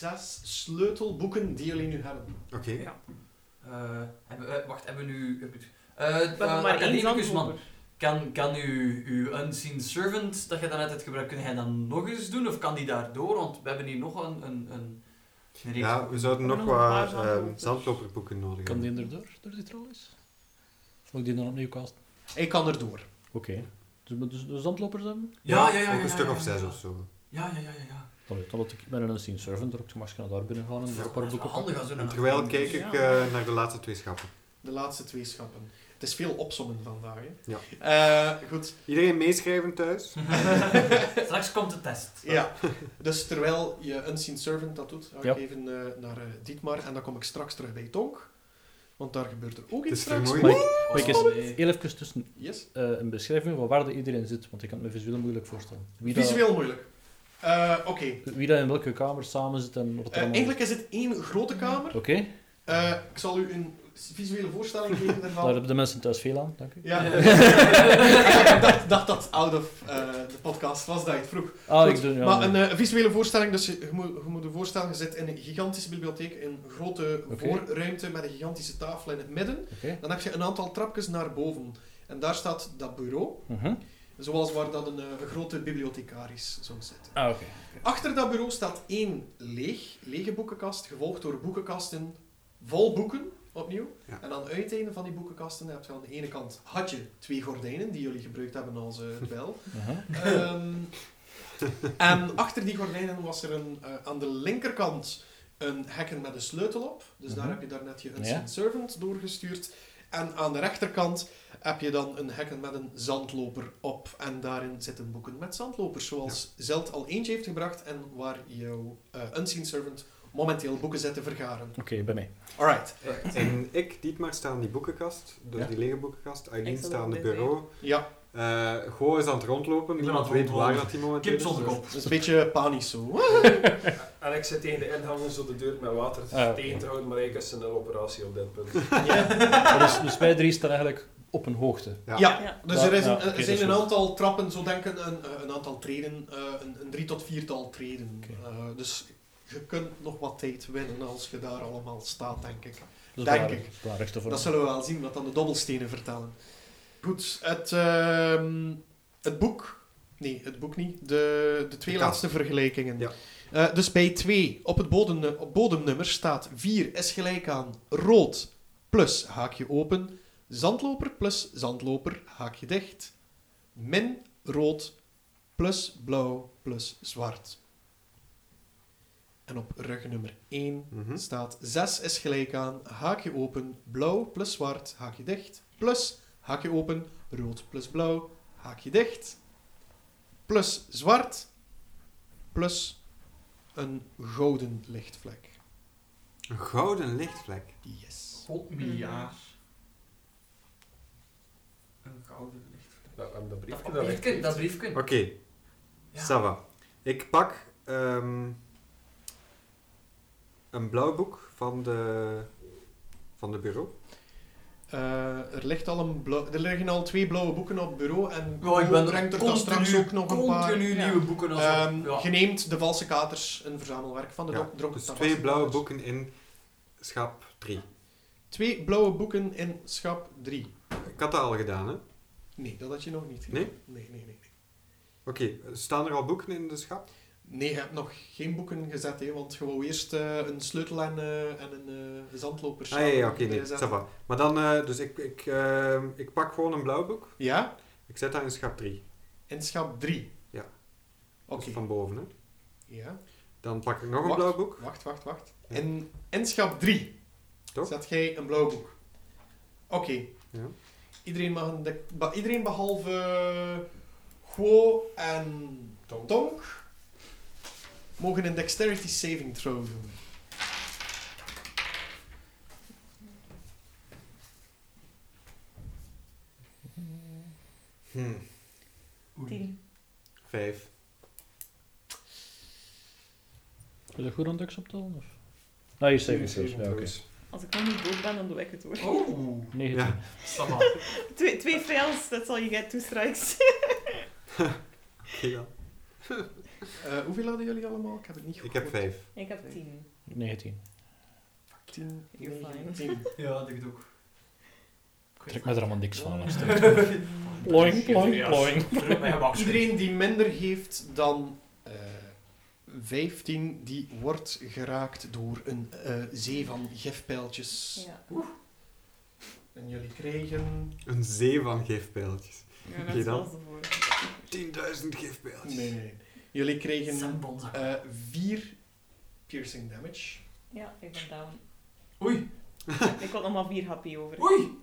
B: zes sleutelboeken die jullie nu hebben.
D: Oké.
C: Eh, hebben we- wacht, hebben we nu... heb ik- Eh,
E: Ik ben nog
C: eh,
E: maar één
C: Academicus, man.
E: zandloper.
C: Kan, kan uw, uw Unseen Servant, dat je daarnet hebt gebruikt, kun jij dat nog eens doen? Of kan die daardoor? Want we hebben hier nog een... een, een, een reeks.
D: Ja, we zouden nog
E: Nog een paar
D: wat ehm,
E: zandlopers.
D: zandloperboeken nodig
A: Kan
D: hebben.
A: die erdoor, door die trolleys? Moet ik die dan opnieuw casten?
B: Ik kan erdoor.
A: Oké. Dus we dus, dus zandlopers hebben?
C: Ja, ja, ja,
D: Ook
C: ja,
D: een
C: ja,
D: stuk
C: ja,
D: of
C: ja,
D: zes
C: ja.
D: of zo.
C: Ja, ja, ja, ja. ja.
A: Allee, totdat ik met een Unseen Servant er op het gemak naar daar binnen gaan en daar een paar
C: Dat is
A: boeken
C: wel
A: pakken.
C: handig als we
D: En
C: een
D: terwijl
C: academicus-
D: kijk ik
E: Ja.
D: eh, naar de laatste twee schappen.
B: De laatste twee schappen. Het is veel opzommen vandaag. Hè?
D: Ja.
B: Eh, goed,
D: Iedereen meeschrijven thuis?
C: [laughs] Straks komt de test.
B: Ja,
D: [laughs]
B: dus terwijl je Unseen Servant dat doet, ga ik
A: Ja.
B: even eh, naar eh, Dietmar en dan kom ik straks terug bij Tonk. Want daar gebeurt er ook iets
D: Het is
B: straks.
A: Maar
D: vermoeiend.
A: ik, maar ik
C: Oh,
A: is
C: nee.
A: heel even tussen
B: Yes.
A: eh, een beschrijving van waar de iedereen zit, want ik kan het me visueel moeilijk voorstellen. Wie, dat-
B: Visueel moeilijk. Eh, Oké,
A: wie dat in welke kamer samen zit en wat er
B: Eh,
A: allemaal...
B: eigenlijk is het één grote kamer.
A: Oké,
B: Eh, ik zal u een visuele voorstelling geven
A: daar
B: daarvan.
A: hebben de mensen thuis veel aan, dank u. [laughs]
B: Ja, [laughs]
C: Ja.
B: ik dacht, dacht dat het out of eh, de podcast was, dat je het vroeg.
A: Ah,
B: Goed,
A: ik doe nu
B: maar een eh, visuele voorstelling, dus je, je moet, je moet je voorstellen, je zit in een gigantische bibliotheek, een grote
A: Oké.
B: voorruimte met een gigantische tafel in het midden.
A: Oké.
B: Dan heb je een aantal trapjes naar boven. En daar staat dat bureau,
A: Mhm.
B: zoals waar dat een, eh, een grote bibliothecaris zou zitten.
A: Ah, oké.
B: Achter dat bureau staat één leeg, lege boekenkast, gevolgd door boekenkasten vol boeken, opnieuw.
D: Ja.
B: En aan het uiteinde van die boekenkasten heb je aan de ene kant had je twee gordijnen, die jullie gebruikt hebben als eh bel.
A: Mhm.
B: Ehm, en achter die gordijnen was er een, eh, aan de linkerkant een hekken met een sleutel op. Dus daar
A: Mhm.
B: heb je daarnet je
A: Ja.
B: Unseen Servant doorgestuurd. En aan de rechterkant heb je dan een hekken met een zandloper op. En daarin zitten boeken met zandlopers, zoals Zeld al eentje heeft gebracht en waar jouw eh Unseen Servant momenteel boeken zit te vergaren.
A: Oké, bij mij.
B: Alright.
D: En ik, Dietmar, sta aan die boekenkast. Dus
A: Ja.
D: die lege boekenkast. Eileen
E: Ik zal
D: staat aan
E: ook
D: het
E: dit
D: bureau.
B: Ja,
D: Eh Goh is aan het rondlopen.
C: Ik ben
D: Niemand
C: aan het
D: weet waar
C: rondlopen.
D: dat die momenteel
C: Kip
D: is. dus-
C: zonder kop.
B: dat is een beetje panisch zo.
G: En ik zit tegen de inhanger zo de deur met water
A: Ah, oké.
G: tegen te houden, maar ik is een operatie op dit punt.
A: Dus, dus wij drie staan eigenlijk op een hoogte.
D: Ja.
B: Ja,
E: Ja.
B: dus
A: Ja,
B: er, is
A: ja,
B: een,
A: oké,
B: er
A: dat
B: zijn
A: is
B: een
A: goed.
B: aantal trappen, zo denken, een, eh, een aantal treden, eh, een, een drie tot viertal treden.
A: Oké.
B: Eh, dus je kunt nog wat tijd winnen als je daar allemaal staat, denk
A: Dat
B: ik.
A: is
B: Denk
A: belangrijk- het belangrijkste voor
B: Dat
A: mij.
B: zullen we wel zien, wat dan de dobbelstenen vertellen. Goed, het, ehm, het boek... Nee, het boek niet. De, de twee
D: De
B: laatste vergelijkingen.
D: Ja.
B: Eh, dus bij 2 op het bodem, op bodemnummer staat 4 is gelijk aan rood plus haakje open, zandloper plus zandloper haakje dicht, min rood plus blauw plus zwart. En op rug nummer 1
D: Mhm.
B: Hm? staat 6 is gelijk aan haakje open, blauw plus zwart, haakje dicht, plus haakje open, rood plus blauw, haakje dicht, plus zwart, plus een gouden lichtvlek.
D: Een gouden lichtvlek.
B: Yes.
C: God, mijaar. Een gouden licht.
G: Nou, en dat briefje
C: Dat
G: dat
C: briefje,
G: ligt
C: dat briefje.
D: Oké,
C: Ja.
D: Sava. Ik pak ehm, een blauw boek van de, van de bureau.
B: Eh, er, ligt al een blauw- er liggen al twee blauwe boeken op het bureau en
C: Ja, ik
B: Ko
C: ben
B: brengt er dan
C: continu,
B: straks ook nog een paar.
C: continu
E: Ja.
C: nieuwe boeken als
B: Ehm
C: ja.
B: Geneemt de valse katers, een verzamelwerk van de
D: Ja,
B: dok- dronken
D: Dus twee
B: tabakskaters.
D: blauwe boeken in schap 3.
B: Twee blauwe boeken in schap 3.
D: Ik had dat al gedaan, hè? Oké,
B: Nee, dat had je nog niet.
D: Nee?
B: Nee, nee, nee.
D: staan er al boeken in de schap?
B: Nee, je hebt nog geen boeken gezet, hè, want je wou eerst eh, een sleutel en, eh, en een eh, zandloper
D: Ah, ja, ja, oké, nee,
B: zetten.
D: Sava. Maar dan, eh, dus ik, ik, ehm, ik pak gewoon een blauw boek.
B: Ja,
D: Ik zet dat in schap 3.
B: in schap 3.
D: Ja.
B: Oké.
D: Dus van boven, hè?
B: Ja,
D: Dan pak ik nog een
B: Wacht.
D: blauw boek.
B: wacht, wacht, wacht.
D: Ja.
B: In, in schap 3
D: Toch?
B: zet jij een blauw boek. Oké.
D: Ja.
B: Iedereen, mag een dek- ba- iedereen behalve Guo en
G: Tonk.
B: Tonk mogen een dexterity saving throw doen.
D: Hm,
E: Tien.
D: Vijf.
A: Is dat goed aan Dux optellen? Of? Ah, hier saving throws. Ja, oké.
D: Dus-
E: Als ik nog niet dood ben, dan doe ik het hoor.
C: Oeh,
A: 19.
D: Ja.
C: Sava.
E: Twee, twee fails, that's all you get, two strikes.
D: Oké, ja.
B: Eh, hoeveel hadden jullie allemaal? Ik heb het niet goed
D: Ik heb vijf.
E: [laughs] Ik heb tien.
A: 19.
B: 10,
E: You're fine. [laughs]
B: 10.
C: Ja, dat doe ik het ook.
A: Trek mij er allemaal niks van. als het-
B: [laughs]
C: [laughs]
A: Ploing,
C: Ploing,
A: ploing, ploing.
B: Iedereen die minder heeft dan eh 15, die wordt geraakt door een eh, zee van gifpijltjes.
E: Ja.
B: En jullie krijgen...
D: Een zee van gifpijltjes.
E: Ja,
D: Oké
E: dat
D: dan.
E: was de vorige.
D: 10.000 gifpijltjes.
B: Nee, nee, nee. Jullie krijgen
C: Sambonza.
B: eh 4 piercing damage.
E: Ja, ik ben down.
C: Oei,
E: Ik had nog maar vier happy over.
C: oei.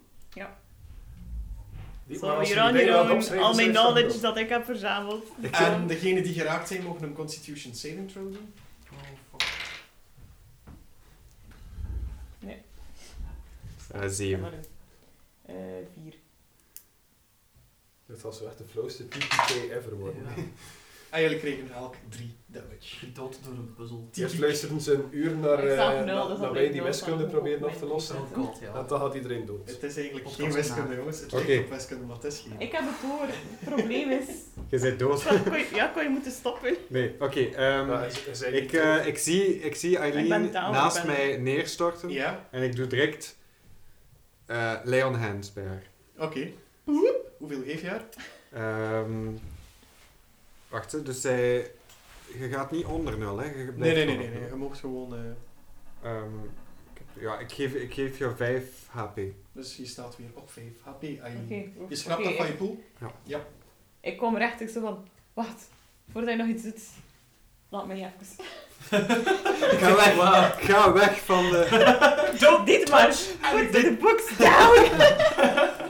E: Zo, hier on your own. Al mijn knowledge dat ik heb verzameld.
D: Ik
B: En degenen die geraakt zijn, mogen een Constitution saving throw doen.
C: Oh, fuck.
D: Eh,
E: Ja,
D: zeven.
E: maar dus. Eh, vier.
G: Dit was wel echt de flowste PPK ever worden.
C: Ja.
B: En jullie kregen elk 3 damage.
C: Gedood door een puzzel.
G: Eerst luisteren ze een uur naar,
E: Ik zag
G: eh,
E: nul, dus
G: na-
E: dat
G: naar
E: weet
G: wij
E: ik
G: die
E: wel
G: wiskunde
E: van-
G: proberen af te lossen.
C: Zo koud, ja.
G: En dan gaat iedereen dood.
B: Het is eigenlijk
C: Of
B: geen
C: dat is
B: wiskunde,
C: na.
B: jongens. Het
D: Oké.
B: lijkt op wiskunde, maar het is geen.
E: Ik heb het door. Het probleem
B: [laughs]
E: is...
D: Je bent dood.
E: Ja, kon je, ja, kon je moeten stoppen.
D: Nee, oké. ehm,
G: Ja, hij- hij zei
D: ik,
G: niet
D: eh,
G: dood.
D: ik, zie, ik zie Eileen
E: Ik ben down,
D: naast
E: ik ben-
D: mij neerstorten.
B: Ja,
D: En ik doe direct eh Leon Hands bij haar.
B: oké. Hoeveel geef je haar?
D: Ehm, wacht, hè, dus zij... Je gaat niet onder nul, hè? Je blijft
B: Nee, nee, nee,
D: gewoon
B: nee,
D: op
B: nee.
D: nul.
B: Je mag gewoon. eh,
D: Ehm, ik heb- ja, ik geef, ik geef jou 5 HP.
B: dus je staat weer op 5 HP. Eileen.
E: Oké.
B: Je schrapt
E: Oké,
B: dat van
E: ik-
B: je pool.
E: Ik kom recht, ik zo van... Wacht, voordat je nog iets doet... Laat mij even.
D: Ga weg, [laughs] ga weg van de...
E: Dit maar! Put the books down!
B: [laughs]
E: [laughs]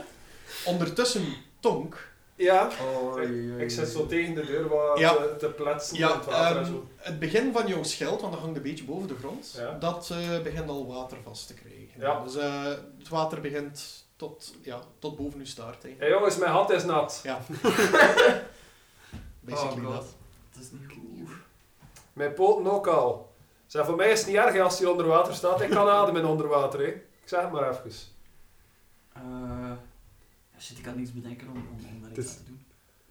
B: Ondertussen, Tonk.
G: Ja,
D: Oh,
G: ik zit zo tegen de deur wat
B: Ja.
G: te, te plaatsen in
B: Ja,
G: het water en
B: ehm,
G: zo.
B: het begin van jouw schild, want dat hangt een beetje boven de grond,
G: Ja.
B: dat eh, begint al water vast te krijgen.
G: Ja.
B: Dus eh, het water begint tot, ja, tot boven uw staart. Hè.
G: Hé jongens, mijn hand is nat. [laughs]
B: [laughs] Basically
C: Oh, God.
B: dat.
C: Dat is niet goed.
G: Mijn poot ook al. Zeg, voor mij is het niet erg als hij onder water staat. Ik kan ademen onder water, hè. Ik zeg het maar even.
C: Eh, ja, shit, ik kan niks bedenken om, om, om dat
D: Het is-
C: te doen.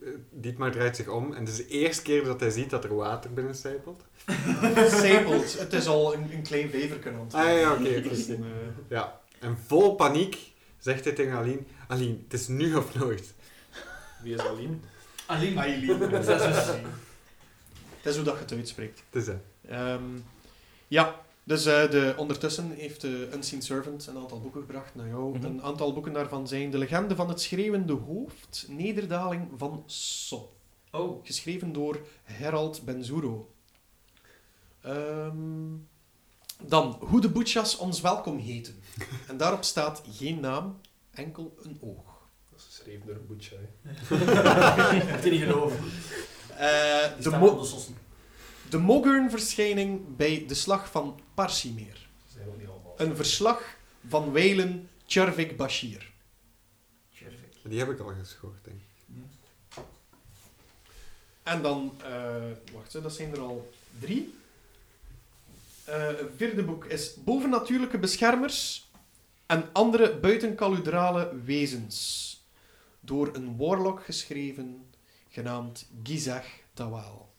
D: Eh, Dietmar draait zich om en het is de eerste keer dat hij ziet dat er water binnen stijpelt.
B: Sapelt. Het is al een, een klein veverken aan het
D: Ah ja, oké.
B: worden. Dus,
D: dus-
B: eh,
D: ja. En vol paniek zegt hij tegen Aline, Aline, het is nu of nooit.
G: Wie is Aline?
C: Alleen.
B: Eileen.
C: Dat
B: [laughs]
C: is dus-
B: Het is hoe dat je het uitspreekt.
D: Het is hij.
B: Ehm, ja, dus eh, de, ondertussen heeft de Unseen Servant een aantal boeken gebracht naar jou.
A: Mhm.
B: Een aantal boeken daarvan zijn De Legende van het Schreeuwende Hoofd, Nederdaling van Sop. [laughs]
C: Oh,
B: Geschreven door Herald Benzuro. Ehm, dan, hoe de Butchas ons welkom
G: [laughs]
B: heten. En daarop staat geen naam, enkel een oog.
G: Dat is geschreven door een boetje, hè.
C: ik heb het niet geloven.
B: Eh, de,
C: Die staan
B: mo-
C: op de sossen.
B: De Mogurn-verschijning bij de slag van Parsimeer.
G: Ze zijn ook niet allemaal.
B: Een verslag van Welen Charvik Bashir.
D: [laughs]
C: Perfect.
D: Die heb ik al geschoord, denk ik.
B: En dan, eh, wacht, hè, dat zijn er al drie. Eh, het vierde boek is Bovennatuurlijke Beschermers en andere buitenkaludrale wezens. Door een warlock geschreven, genaamd Gizag Tawal.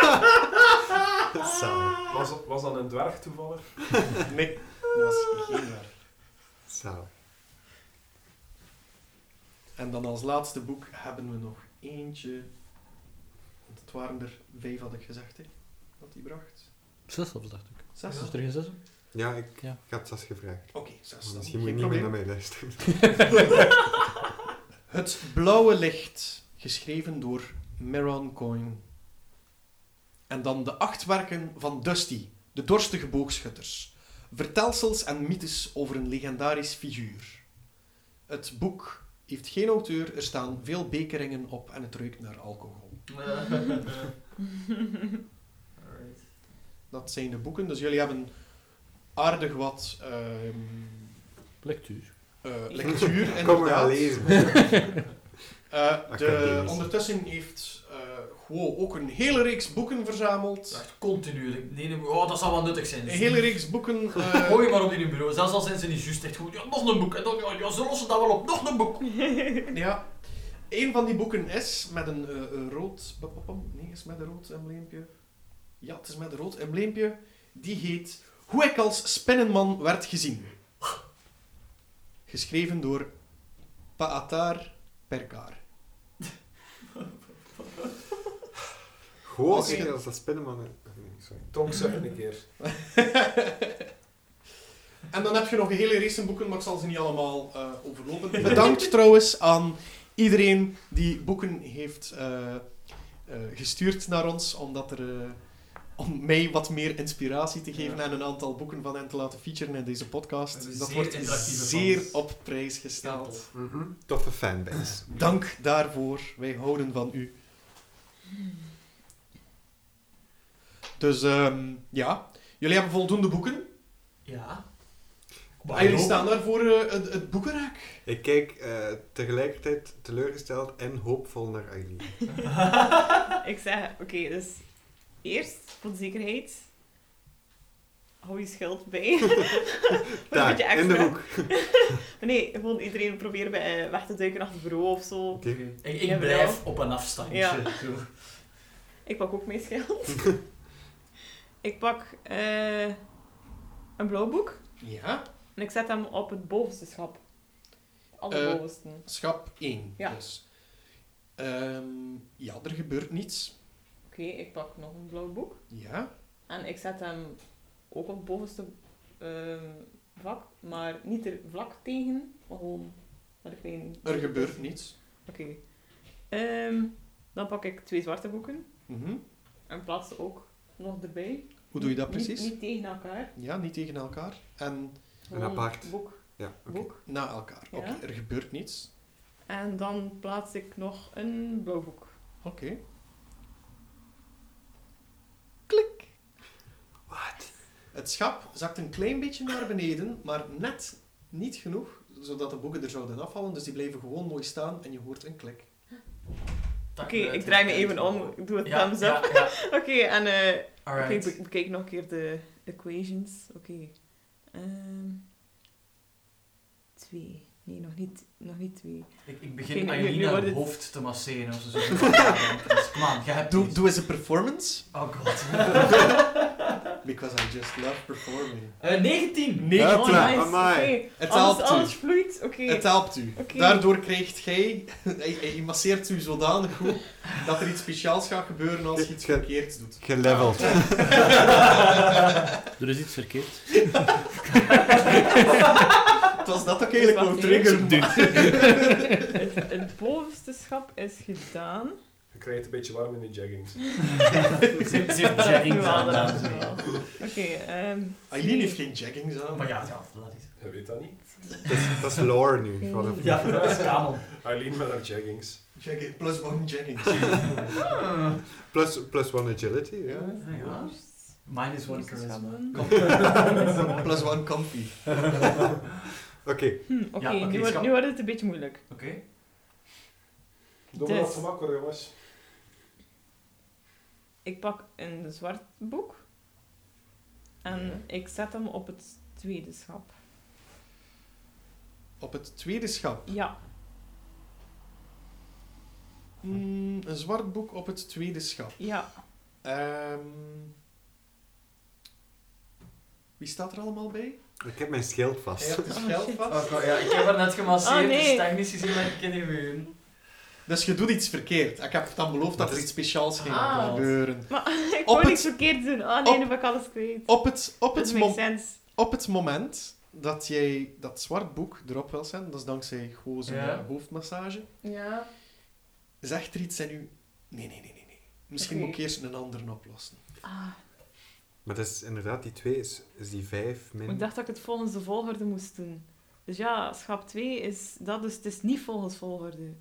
B: Ah.
D: Zalig.
G: Was, was dat een dwerg toevallig?
B: Nee, dat was geen waar.
D: Zalig.
B: En dan als laatste boek hebben we nog eentje. Want het waren er vijf, had ik gezegd, hè, dat die bracht.
A: Zes of dacht ik.
B: Zes?
A: Is
B: Oké,
A: er geen zes?
D: Ja, ik,
A: Ja.
D: ik had Sas gevraagd.
B: zes. dan.
D: Misschien
B: Geen
D: moet je niet meer
B: probleem.
D: naar mij luisteren.
B: Het Blauwe Licht, geschreven door Meron Coyne. En dan de acht werken van Dusty, de dorstige boogschutters. Vertelsels en mythes over een legendarisch figuur. Het boek heeft geen auteur, er staan veel bekeringen op en het ruikt naar alcohol.
C: Alright.
B: Dat zijn de boeken. Dus jullie hebben aardig wat ehm,
A: Lectuur.
D: [laughs]
B: eh, lectuur.
D: Kom maar
B: inderdaad.
D: aan lezen.
B: Eh, de,
D: Academisch.
B: ondertussen heeft eh Guo ook een hele reeks boeken verzameld.
C: Echt continu. like, Nee, nee, oh, dat zal wel nuttig zijn.
B: Een hele reeks boeken. eh,
C: Gooi maar op in hun bureau, zelfs al zijn ze niet juist echt goed. Ja, nog een boek. En dan, ja, ja, ze lossen dat wel op. Nog een boek.
B: ja. Eén van die boeken is met een eh, eh, rood... pam, pam, pam. Nee, is met een rood embleempje. Ja, het is met een rood embleempje. Die heet Hoe ik als spinnenman werd gezien. Geschreven door Paatar Perkar.
D: Gewoon
B: Oké.
D: zeggen als dat spinnenman... eh, nee, sorry.
G: Tonk zeg een keer.
B: En dan heb je nog een hele race aan boeken, maar ik zal ze niet allemaal eh, overlopen. Bedankt trouwens aan iedereen die boeken heeft eh, eh, gestuurd naar ons, omdat er, eh, om mij wat meer inspiratie te geven
C: Ja.
B: en een aantal boeken van hen te laten featuren in deze
C: We
B: podcast.
C: hebben
B: Dat
C: zeer
B: wordt
C: interactieve
B: zeer
C: fans.
B: op prijs gesteld.
D: Toffe fanbase.
B: Dank daarvoor, wij houden van u. Dus ehm, ja, jullie hebben voldoende boeken.
C: Ja.
B: En jullie staan daar voor eh, het, het boekenraak.
D: Ik kijk eh, tegelijkertijd teleurgesteld en hoopvol naar
E: [laughs]
D: Aileen.
E: Ik zeg, oké, dus eerst, voor de zekerheid, hou je schild
B: [laughs]
E: bij. Voor een beetje
D: Daar, in de
E: extra.
D: hoek.
E: Maar nee, gewoon iedereen proberen bij, eh, weg te duiken achter het bureau of zo.
D: Oké.
C: Ik, ik
E: Jawel.
C: blijf op een afstandje.
E: Ja.
C: [laughs] Zo.
E: Ik pak ook mijn
B: [laughs]
E: schild. ik pak eh, een blauw boek
B: Ja.
E: en ik zet hem op het bovenste schap. Alle
B: Eh,
E: bovenste.
B: Schap 1.
E: Ja.
B: Dus. Ehm, ja, er gebeurt niets.
E: Oké, ik pak nog een blauw boek
B: Ja.
E: en ik zet hem ook op het bovenste ehm, vlak, maar niet er vlak tegen, maar gewoon met een klein...
B: Er gebeurt niets.
E: Oké. Ehm, dan pak ik twee zwarte boeken
B: Mhm.
E: en plaats ze ook nog erbij.
B: Hoe doe je dat
E: Niet- niet-
B: precies?
E: Niet, tegen elkaar.
B: Ja, niet tegen elkaar. En
E: Gewoon
D: apart.
E: Boek,
D: Ja, oké.
E: boek.
B: na elkaar.
E: Ja.
B: Oké, er gebeurt niets.
E: En dan plaats ik nog een blauw boek.
B: Oké.
E: Klik.
B: Het schap zakt een klein beetje naar beneden, maar net niet genoeg, zodat de boeken er zouden afvallen. Dus die blijven gewoon mooi staan en je hoort een klik.
C: Dat
E: Oké,
C: geluid
E: ik draai me
C: heb
E: even om.
C: uitgevoerd.
E: Ik doe het
C: Ja,
E: thumbs up.
C: ja, ja.
E: Oké, en eh oké, ik
C: Alright.
E: be- bekijk nog een keer de equations. Oké. Ehm, twee. Nee, nog niet, nog niet twee.
C: Ik, ik
E: Oké,
C: begin
E: nu-
C: Aileen
E: nu
C: haar
E: wordt het-
C: hoofd te masseren of ze zo. [laughs] Kom aan, jij hebt
B: Doe,
C: iets.
B: doe eens een performance.
C: Oh god. [laughs]
B: Because I just love performing.
C: Eh 19!
B: Nee,
D: Ja,
E: Oh,
D: tla-
E: nice.
D: amai.
E: Oké.
B: Het
E: Alles,
B: helpt u.
E: alles vloeit. Oké.
B: Het helpt u.
E: Oké.
B: Daardoor krijgt gij, [laughs] hij, hij masseert u zodanig goed dat er iets speciaals gaat gebeuren als je iets
D: Ge-
B: verkeerds doet.
D: Geleveld.
A: Er is iets verkeerd.
B: Het was dat ook eigenlijk wou
E: Wat is
B: triggeren.
E: Het, het bovenste schap is gedaan.
G: Je krijgt een beetje warm in de jeggings.
C: Ze ze heeft jeggings aan,
E: Wel,
C: dames
E: dames
C: en
E: en
C: heren.
E: Oké. ehm
B: Aileen heeft geen jeggings aan.
C: Maar ja, ja, dat is...
G: Je weet dat niet.
D: [laughs] Dat is, dat is lore nu. Wat een-
C: Ja, dat is kanon.
G: Aileen met haar jeggings.
B: Jegging- plus one jeggings.
D: Plus, plus one agility. Ja.
B: Ah, Ja.
C: Ja. Minus one charisma.
E: Ah,
B: [laughs]
C: [laughs]
B: Plus one comfy.
D: Oké,
E: Hm, Oké,
C: Ja, oké,
E: nu, wordt-
C: schap.
E: nu wordt het een beetje moeilijk.
C: Oké.
G: Doe maar
E: Dus.
G: wat gemakker, jongens.
E: Ik pak een zwart boek en ik zet hem op het tweede schap.
B: Op het tweede schap.
E: Ja,
B: Mm, een zwart boek op het tweede schap.
E: ja.
B: Ehm, wie staat er allemaal bij?
D: ik heb mijn schild
B: Hij
D: vast.
B: heeft dus
E: Oh,
B: geld
E: shit.
B: vast.
C: Oh god, ja, ik heb haar net gemasseerd,
E: Oh, nee.
C: dus technisch gezien ben ik in de muur.
B: Dus je doet iets verkeerd. Ik heb dan beloofd dat er iets speciaals ging
C: Ah.
B: gebeuren.
E: Maar [laughs] ik
B: Op
E: wou
B: het-
E: niks verkeerd doen. Oh nee,
B: op-
E: nu ben ik alles kwijt.
B: Op het, op
E: Dat
B: het
E: makes
B: moment...
E: sense.
B: op het moment dat jij dat zwart boek erop wil zetten, dat is dankzij gewoon zijn
C: Ja.
B: eh, hoofdmassage,
E: Ja.
B: zegt er iets in u... Nee, nee, nee, nee. nee. Misschien
E: Oké.
B: moet ik eerst een ander oplossen.
E: Ah,
D: Maar dat is inderdaad, die twee is, is die vijf min...
E: maar ik dacht dat ik het volgens de volgorde moest doen. Dus ja, schap 2 is dat, dus het is niet volgens volgorde.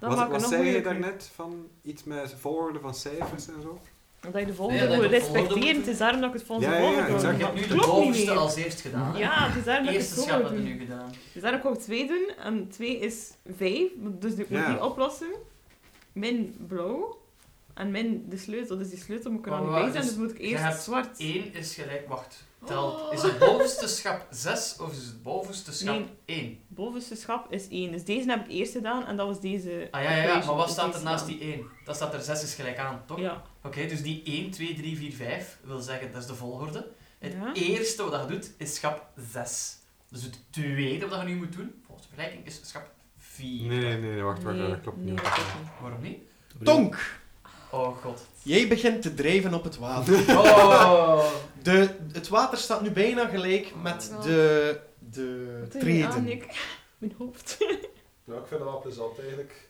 E: Dat
D: wat
E: maakt het
D: wat
E: nog
D: zei je
E: moeilijker.
D: daarnet van iets met volgorde van cijfers en zo?
E: Dat je de
C: Ja, dat je
E: volgorde moet
C: de volgorde
E: respecteren.
C: moet-
E: Het is daarom dat ik het volgens
D: Ja,
E: de
D: ja, ja,
E: volgorde doe.
D: exact.
C: Ik
D: Je
E: Maar
C: heb nu
E: het
C: de
E: klopt niet
C: bovenste
E: meer.
C: als eerst gedaan. hè.
E: Ja, het
C: Het
E: is daarom dat ik het
C: eerste schap
E: volgorde
C: hebben we
E: doe.
C: nu gedaan.
E: Dus daar heb ik ook twee doen. En twee is vijf, dus ik moet
D: Ja.
E: die oplossen. Min blauw. En mijn, de sleutel, dus die sleutel moet ik er
C: Maar
E: aan niet
C: waar
E: bij zijn,
C: is-
E: dus moet ik
C: Oh, je
E: eerst
C: hebt
E: zwart.
C: 1 is gelijk, wacht. Telt.
E: Oh.
C: Is het bovenste schap 6 of is het bovenste schap
E: Nee.
C: 1?
E: Bovenste schap is 1. Dus deze heb ik eerst gedaan en dat was deze. Dus
C: Ah ja, ja, ja, maar wat staat er
E: deze
C: naast
E: dan.
C: die 1? Dat staat er 6 is gelijk aan, toch?
E: Ja.
C: Oké, dus die 1, 2, 3, 4, 5 wil zeggen, dat is de volgorde. Het
E: Ja.
C: eerste wat je doet, is schap 6. Dus het tweede wat je nu moet doen, volgens de vergelijking, is schap 4.
D: Nee, nee, nee, wacht, wacht,
E: Nee,
D: dat klopt
E: nee,
D: niet.
E: dat klopt niet.
C: Waarom niet?
B: Tonk,
C: Oh god.
B: jij begint te drijven op het water.
C: [laughs] Oh!
B: De, het water staat nu bijna gelijk met
E: Ja.
B: de, de
E: Oh Wat doe je aan,
B: treden.
E: Nick? [laughs] Mijn hoofd.
G: Nou, ik vind dat wel plezant eigenlijk.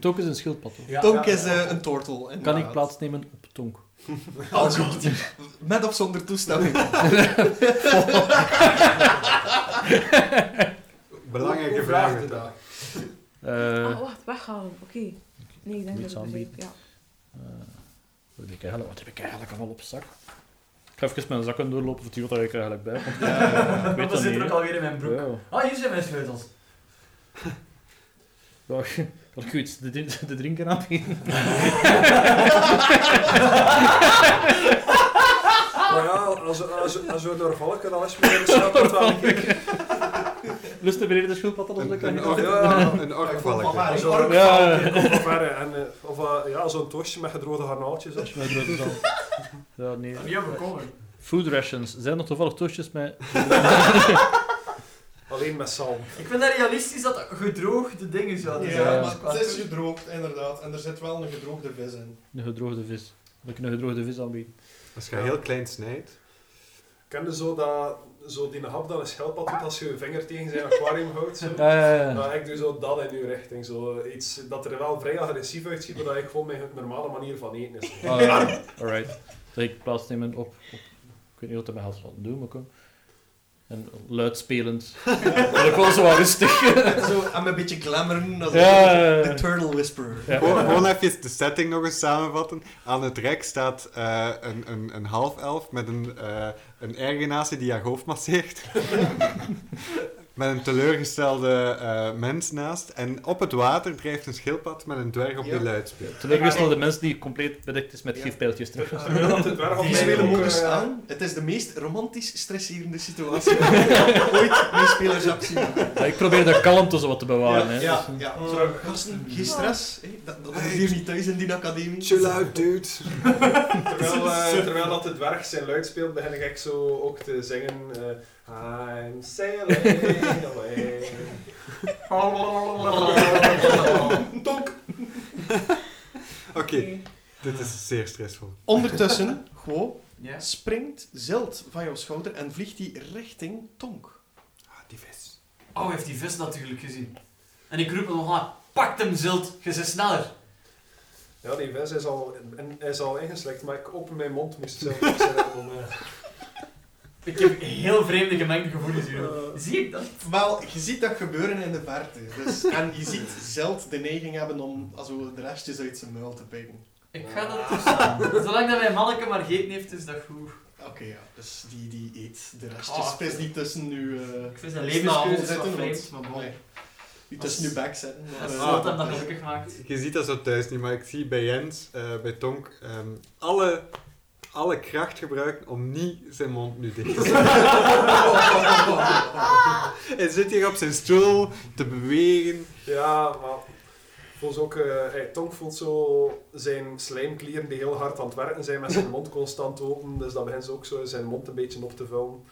A: Tonk is een schildpad. hoor.
C: Ja,
B: Tonk
G: ja,
B: is
G: ja.
B: eh, een tortel.
A: Kan ik
B: inderdaad.
A: plaatsnemen op Tonk?
C: Oh,
B: Als Met of zonder toestemming.
G: Hoe-
D: Belangrijke
G: hoe
D: vraag.
G: vraagt u dat?
A: Eh,
E: Ah, wacht, weghalen. Oké. Nee,
A: Niets
E: ik denk dat ik begreep.
A: aanbieden.
E: Ja.
A: Wat heb ik eigenlijk, wat heb ik eigenlijk allemaal op zak? Ik ga even mijn zakken doorlopen of die wat heb ik eigenlijk bij. want
C: [laughs]
A: ik weet
C: Want dat
A: dat
C: zit er ook
A: niet.
C: alweer in mijn broek.
A: Ja.
C: Ah, hier zijn mijn sleutels.
A: [laughs] Ja, Had ik u iets te drin- te drinken
C: [laughs]
A: aanbieden?
G: Maar ja, als, als, als we doorvallen kunnen alsjeblieft snappen het wel een keer.
A: Lust de meneer de schildpad al op de
D: Een, een,
A: kleine
D: or,
G: Ja.
D: een orkvalkje.
G: Als we
B: Ja.
G: doorvallen, een keer komen verder. En, eh, Of eh, ja, zo'n toosje met gedroogde garnaaltjes. hè.
A: Dat is mijn grote zaal. Ja, nee.
C: Niet overkomen.
A: Food rations. Zijn er toevallig toastjes met...
G: Alleen met zalm.
C: Ik vind dat realistisch dat dat gedroogde dingen zouden zijn.
A: Ja.
C: Dus qua-
B: maar het is gedroogd, inderdaad. En er zit wel een gedroogde vis in.
A: Een gedroogde vis. Dat ik een gedroogde vis aanbieden.
D: Als je heel klein snijdt.
G: Ken je zo, dat, zo die hap dat een schelpad doet als je je vinger tegen zijn aquarium houdt? Zo?
A: Eh,
G: Nou, ik doe zo dat in uw richting. Zo. Iets dat er wel vrij agressief uitziet, maar dat ik gewoon mijn normale manier van eten is.
A: ah, alright. Zal ik plaatsnemen op, op... Ik weet niet wat er met gaat doen, maar kom. En
D: [laughs]
A: luidspelend. dat ik wel zo wat rustig.
B: [laughs] Zo, en een beetje glammeren. Dat is
A: Ja.
B: de turtle whisperer.
A: Ja.
D: Gewoon gewoon even de setting nog eens samenvatten. Aan het rek staat eh, een, een, een half elf met een, eh een ergenatie die haar hoofd masseert. [laughs] met een teleurgestelde eh, mens naast. En op het water drijft een schildpad met een dwerg op
B: Ja.
D: de luidspeel.
A: Teleurgestelde mensen die compleet bedekt is met
B: Ja.
A: gifpijltjes terug.
G: Het werk op
B: Die
G: mijn
B: spelen
G: ook,
B: moeders
G: eh,
B: aan. Het is de meest romantisch stresserende situatie [laughs] die ik ooit mijn spelers heb zien.
A: Ja, ik probeer de kalmte zo wat te bewaren. hè.
B: ja,
A: Dus,
B: ja.
G: Zo,
B: Gasten, geen stress. hè. Dat, dat is hier niet thuis in die academie.
D: Chill
B: [laughs]
D: out, dude.
G: Terwijl,
A: Dus-
G: eh, terwijl dat de dwerg zijn luid speelt, begin ik zo ook te zingen. eh, I'm
D: [laughs]
G: sailing away. Tonk.
D: Oké, dit is zeer stressvol.
B: Ondertussen, Guo,
C: Ja.
B: springt Zilt van jouw schouder en vliegt die richting Tonk.
D: Ah, die vis.
C: Oh, hij heeft die vis natuurlijk gezien. En ik roep hem nog aan. Pak hem, Zilt. Je zit sneller.
G: Ja, die vis is al, in- is al ingeslikt, maar ik open mijn mond moest zelf nog zeggen om, eh,
C: Ik heb heel vreemde gemengde gevoelens hier. Zie ik dat?
B: Wel, je ziet dat gebeuren in de verte. Dus, en je ziet Zilt de neiging hebben om als we de restjes uit zijn muil te pikken.
C: Ik ga dat toestaan. [laughs] Zolang dat mijn manneke maar gegeten heeft, is dat goed.
B: Oké, ja. Dus die, die eet de restjes.
C: Ah.
B: Het is niet tussen nu... eh
C: Ik vind zijn
B: snavel
C: levenskeuze wat
B: zitten,
C: vreemd, maar
B: want-
C: bon.
B: nee. Niet tussen nu back zetten. eh,
C: Dat is
D: Ah.
C: Zilt hem dat gelukkig maakt.
D: Je ziet dat zo thuis niet, maar ik zie bij Jens, eh, bij Tonk, ehm, alle, alle kracht gebruiken om niet zijn mond nu dicht te
B: [laughs]
D: zetten. Hij zit hier op zijn stoel te bewegen.
G: Ja, maar voelt ook, eh hey, Tonk voelt zo zijn slijmklieren die heel hard aan het werken zijn met zijn mond constant open. Dus dat begint ze ook zo zijn mond een beetje op te vullen.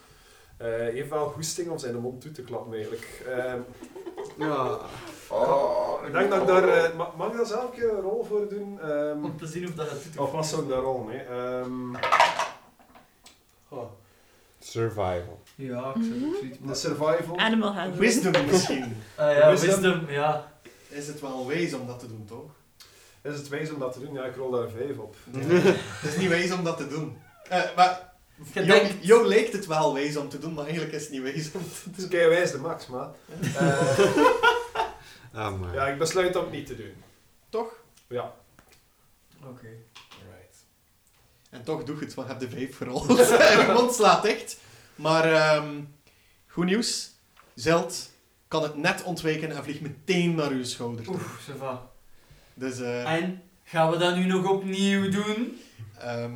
G: Eh heeft wel goesting om zijn mond toe te klappen eigenlijk. Eh,
D: Ja.
G: ik denk dat ik daar... eh, ma- mag ik daar zelf een keer een rol voor doen? Ehm,
C: Om te zien of dat het doet.
G: [laughs] of was zo'n daar rol mee? Ehm, oh,
D: Survival.
C: Ja, ik zou het niet
G: de survival.
E: Animal handling.
B: [laughs] Wisdom misschien.
C: Ah ja,
G: Wisdom.
C: wisdom, ja.
B: Is het wel wijs om dat te doen, toch?
G: Is het wijs om dat te doen? Ja, ik rol daar vijf op.
B: Het is niet wijs om dat te doen. Eh, maar
C: Je
B: jou,
C: denkt-
B: jou leek het wel wijs om te doen, maar eigenlijk is het niet wijs om te
G: Het
B: doen.
G: is kei wijs de max, maar... Eh,
D: Ah, maar.
G: ja, ik besluit om het niet te doen.
B: Toch?
G: Ja.
C: Oké.
B: Alright. En toch doe ik het, want ik heb de vijf
G: [laughs]
B: gerold. [laughs] Mijn mond slaat dicht. Maar ehm, goed nieuws. Zeld kan het net ontwijken en vliegt meteen naar uw schouder. toe.
C: Oeh, ça va.
B: Dus eh,
C: En Gaan we dat nu nog opnieuw doen?
B: Ehm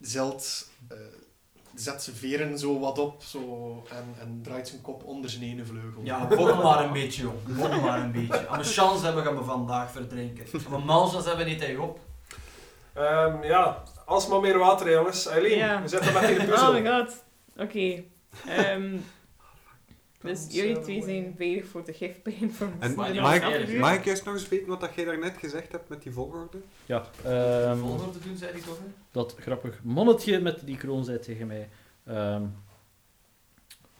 B: Zelt eh, zet zijn veren zo wat op zo, en, en draait zijn kop onder zijn ene vleugel.
C: Ja, borrel maar een beetje, jong. Borrel maar een beetje. Als we chance hebben, gaan we vandaag verdrinken. Als we malchance hebben, niet tegen op.
G: Ehm, ja, alsmaar meer water, hè, jongens. Eileen,
E: Ja.
G: we zitten
E: [laughs]
G: met die
E: Oh
G: puzzel.
E: my god. Oké.
C: [laughs]
E: Ehm, dus
B: Can't
E: jullie
B: sail
E: twee
B: away.
E: zijn bezig voor de gifpijn voor
D: En
C: Maar
E: de
C: ja,
D: mag,
C: dat
D: ik,
C: is-
D: mag ik juist nog eens weten wat dat jij daarnet gezegd hebt met die volgorde?
A: Ja,
C: Um,
A: ehm,
C: volgorde doen, zei hij toch? hè?
A: dat grappig mannetje met die kroon zei tegen mij... ehm,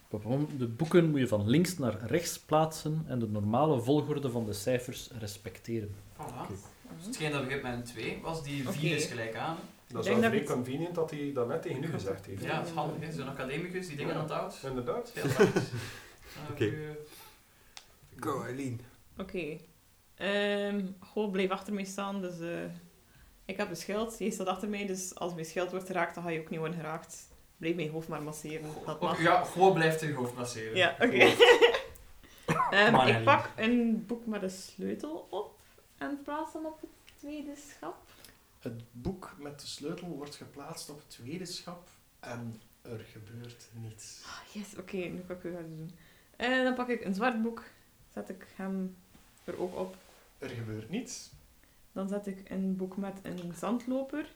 A: papam, de boeken moet je van links naar rechts plaatsen en de normale volgorde van de cijfers respecteren.
C: Voilà.
D: Oké.
C: Dus hetgeen dat begint met een 2 was, die 4
E: Oké.
C: is gelijk aan.
G: Dat
E: Ik denk
G: is wel
E: dat
G: vrij
E: ik-
G: convenient dat hij dat net tegen u gezegd heeft.
C: Ja, dat is handig, hè. Zo'n academicus die dingen aan het houdt.
G: Inderdaad.
C: Ja, dat is-
D: Oké. Go, Eileen.
E: Oké. Ehm Goh bleef achter mij staan, dus eh, ik heb een schild. Hij staat achter mij, dus als mijn schild wordt geraakt, dan ga je ook niet worden geraakt. Blijf mijn hoofd maar masseren. Dat
C: Ook-
E: mag.
C: Oh, Ja, gewoon blijft in je hoofd masseren.
E: Ja, oké. [laughs] Ehm,
C: Maar
E: ik
C: Ellie.
E: pak een boek met een sleutel op en plaats hem op het tweede schap.
B: Het boek met de sleutel wordt geplaatst op het tweede schap en er gebeurt niets.
E: Ah, Yes, oké, nu kan ik het gaan doen. En dan pak ik een zwart boek, zet ik hem er ook op.
B: Er gebeurt niets.
E: Dan zet ik een boek met een zandloper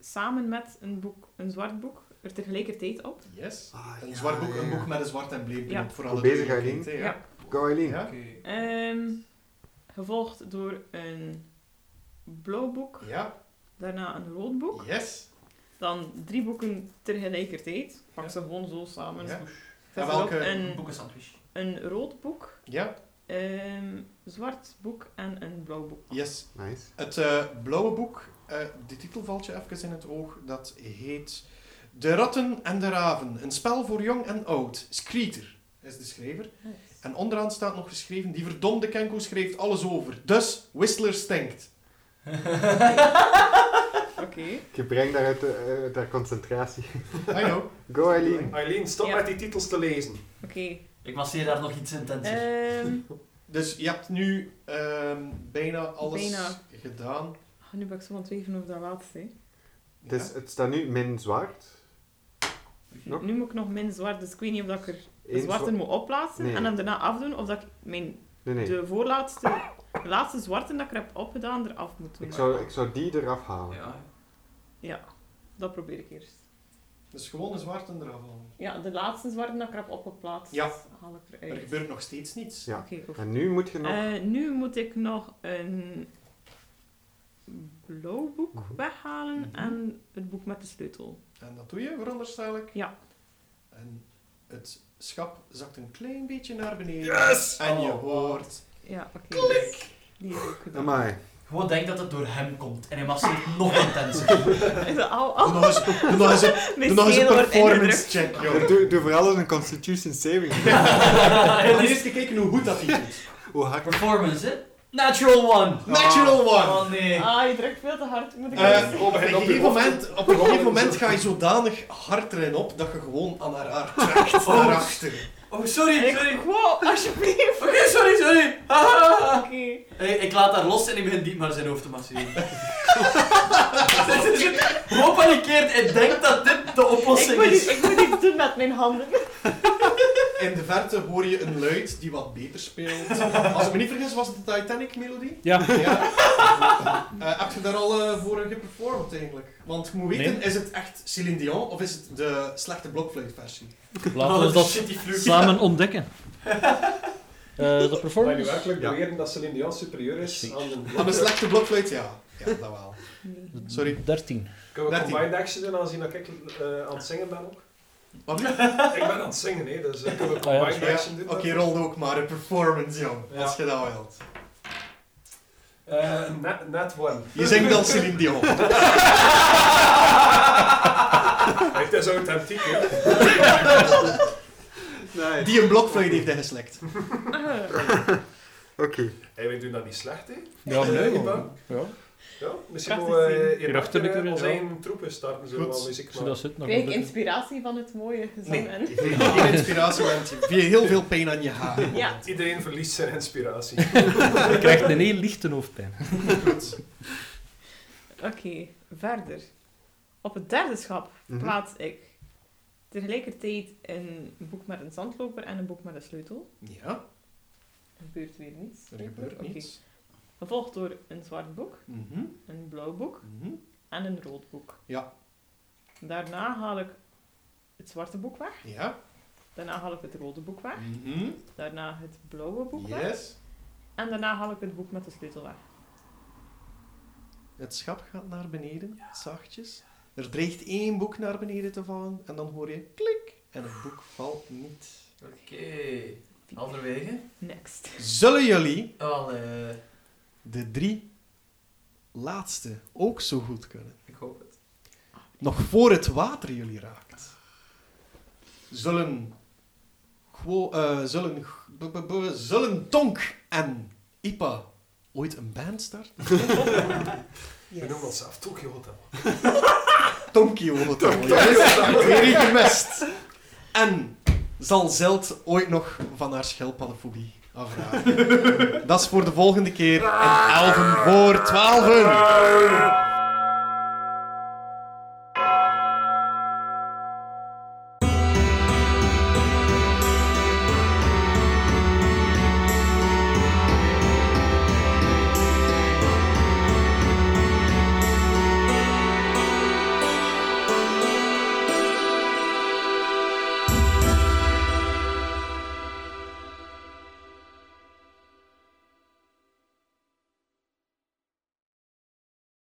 E: samen met een, boek, een zwart boek er tegelijkertijd op.
B: Yes.
D: Ah,
B: Een
D: ja,
B: zwart boek,
D: ja,
B: een
D: ja.
B: boek met een zwart embleem.
E: Ja.
B: Voor
D: Goed
B: alle twee
D: bezig, Eileen.
B: gekend, hè,
E: Ja.
D: Go, Eileen.
B: Ja.
C: Oké.
E: Ehm, gevolgd door een blauw boek,
B: Ja.
E: daarna een rood boek.
B: Yes.
E: Dan drie boeken tegelijkertijd. Ik Pak
B: Ja.
E: ze gewoon zo samen.
B: Ja.
E: Ik
B: En
E: Zet erop
B: welke-
C: Een
E: een,
C: boekensandwich.
E: een rood boek,
B: Ja.
E: een zwart boek en een blauw boek.
B: Yes.
D: Nice.
B: Het eh, blauwe boek, eh, de titel valt je even in het oog, dat heet De Ratten en de Raven, een spel voor jong en oud. Screeter is de schrijver. En onderaan staat nog geschreven, die verdomde Kenko schreef alles over. Dus, Whistler stinkt.
E: Oké.
D: Je brengt daaruit de, eh, de concentratie.
B: I know.
D: Go, Eileen.
G: Eileen, stop
E: Ja.
G: met die titels te lezen.
E: Oké.
C: Ik masseer daar nog iets intenser.
E: Ehm,
B: Dus je hebt nu ehm, bijna alles
E: Bijna.
B: gedaan.
E: oh, nu ben ik zo aan het twijfelen over dat laatste. hè.
B: Ja.
D: Het, is, het staat nu min zwart. Nog?
E: Nu moet ik nog min zwart, dus ik weet niet of dat ik er de
D: Eén
E: zwarte
D: zwa-
E: moet opplaatsen
D: Nee.
E: en hem daarna afdoen. Of dat ik mijn,
D: Nee, nee.
E: de voorlaatste, de laatste zwarte dat ik er heb opgedaan eraf moet doen.
D: Ik zou, ik zou die eraf
E: Eh,
D: halen.
C: Ja.
E: Dat probeer ik eerst.
B: Dus gewoon een zwarte eraf halen.
E: Ja, de laatste zwarte dat ik er heb opgeplaatst,
B: Ja.
E: haal ik
B: Er
E: eruit.
B: gebeurt nog steeds niets.
D: Ja.
E: Oké, goed.
D: En nu moet je nog...
E: Eh, nu moet ik nog een blauw boek
D: Mhm.
E: weghalen
B: Mhm.
E: en het boek met de sleutel.
B: En dat doe je, veronderstel ik.
E: Ja.
B: En het schap zakt een klein beetje naar beneden.
G: Yes!
B: En je
C: Oh, wow.
B: hoort...
E: Ja, oké. dus Die heb ik gedaan.
D: Amai.
C: Gewoon denk dat het door hem komt en hij masseert nog intenser.
E: [laughs]
C: [laughs]
E: Is dat al,
B: Doe
E: al
B: nog eens, doe nog eens,
E: [laughs]
B: een-
E: mijn
B: doe nog eens een
E: schedel wordt
B: performance
E: ingedrukt?
B: check, joh.
D: Doe, doe vooral eens een constitution saving. [laughs]
B: We gaan eerst kijken hoe goed dat hij doet.
D: Hoe hard...
C: Performance, hè? Natural one!
B: Natural one!
C: Oh nee.
E: Ah, je drukt veel te hard. Moet ik
B: Eh,
E: even-
B: op een gegeven moment, op een gegeven moment ga je zodanig hard erin op dat je gewoon aan haar haar trekt
C: Oh.
B: naar achter.
C: Oh, sorry, sorry. Oké,
E: Wow, alsjeblieft.
C: sorry, sorry. Ah.
E: Oké.
C: [laughs] Hey, ik laat haar los en ik begin diep maar zijn hoofd te [laughs] masseren. Gewoon panikeerd en denk dat dit de
E: Ik
C: oplossing
E: moet,
C: is.
E: iets, ik moet iets doen met mijn handen.
B: In de verte hoor je een luid die wat beter speelt. Als ik me niet vergis, was het de Titanic-melodie?
A: Ja,
B: Ja. [laughs] Eh, heb je daar al eh, voor geperformed eigenlijk? Want je moet weten,
A: Nee.
B: is het echt Céline Dion of is het de slechte blokfluitversie?
A: laten
G: Oh,
B: Oh,
A: we dat
C: shit, die vloek.
A: samen ontdekken. Eh, de
G: Maar nu
A: performance...
G: werkelijk
D: Ja.
G: beweren dat Celine Dion superieur is
A: Precies.
G: aan een...
B: Aan Ah, de slechte blokfluit, ja. Ja, dat wel. Sorry.
A: 13.
G: Kunnen we
B: Dertien.
G: combined action doen aanzien dat ik eh, aan het zingen ben ook?
B: Wat nu?
G: ik ben aan het zingen, hè, dus ik kunnen we
A: Ah, ja.
G: combined
B: Ja,
G: action doen?
B: Oké, rol ook maar een performance, jong.
G: Ja.
B: Als je dat wilt.
G: Eh, net, net one.
B: Je zingt dan Céline Dion.
G: Het is authentiek, hè.
D: Nice.
B: Die een blokfluit heeft ingeslekt.
E: Ah.
D: Oké.
G: Hey, wij doen dat niet slecht, hè?
A: Ja,
G: Eh,
A: nee,
G: Ipa?
A: ja.
G: Ja, misschien
E: Prachtig
G: moeten we
E: zien.
G: hierachter
A: Hierachter een keer,
G: als
A: ja.
G: één troepen starten, zo
B: Goed.
G: wel muziek
A: Zodat
G: maken.
A: ze het nog
E: Krijg ik
A: een beetje-
E: inspiratie van het mooie gezang
B: Nee.
E: en...
B: Geen inspiratie, want je hebt heel veel pijn aan je haar.
E: Ja.
G: Iedereen verliest zijn inspiratie.
A: [laughs] Je krijgt een heel lichte hoofdpijn.
G: Goed.
E: Oké, verder. Op het derde schap
D: Mhm.
E: plaats ik tegelijkertijd een boek met een zandloper en een boek met een sleutel.
B: Ja,
E: Er gebeurt weer niets.
B: er gebeurt
E: Oké.
B: niets.
E: Gevolgd door een zwart boek,
B: Mhm,
E: een blauw boek
B: mhm.
E: en een rood boek.
B: Ja.
E: Daarna haal ik het zwarte boek weg.
B: Ja.
E: Daarna haal ik het rode boek weg.
B: mhm.
E: Daarna het blauwe boek weg.
B: Yes.
E: En daarna haal ik het boek met de sleutel weg.
B: Het schap gaat naar beneden, zachtjes. Er dreigt één boek naar beneden te vallen en dan hoor je klik en het boek valt niet.
C: Oké. Halverwege.
E: Next.
B: Zullen jullie
C: Allee.
B: de drie laatste ook zo goed kunnen?
C: Ik hoop het.
B: Nog voor het water jullie raakt. Zullen... Gwo, eh, zullen... g- b- b- b- zullen Tonk en Ipa ooit een band starten?
G: We noemen onszelf Tokyo Hotel.
B: [laughs] Tonkio Hotel. yes. Weer hier gemest. En zal Zeld ooit nog van haar schildpaddenfobie afraken? Dat is voor de volgende keer. En elven voor twaalfen.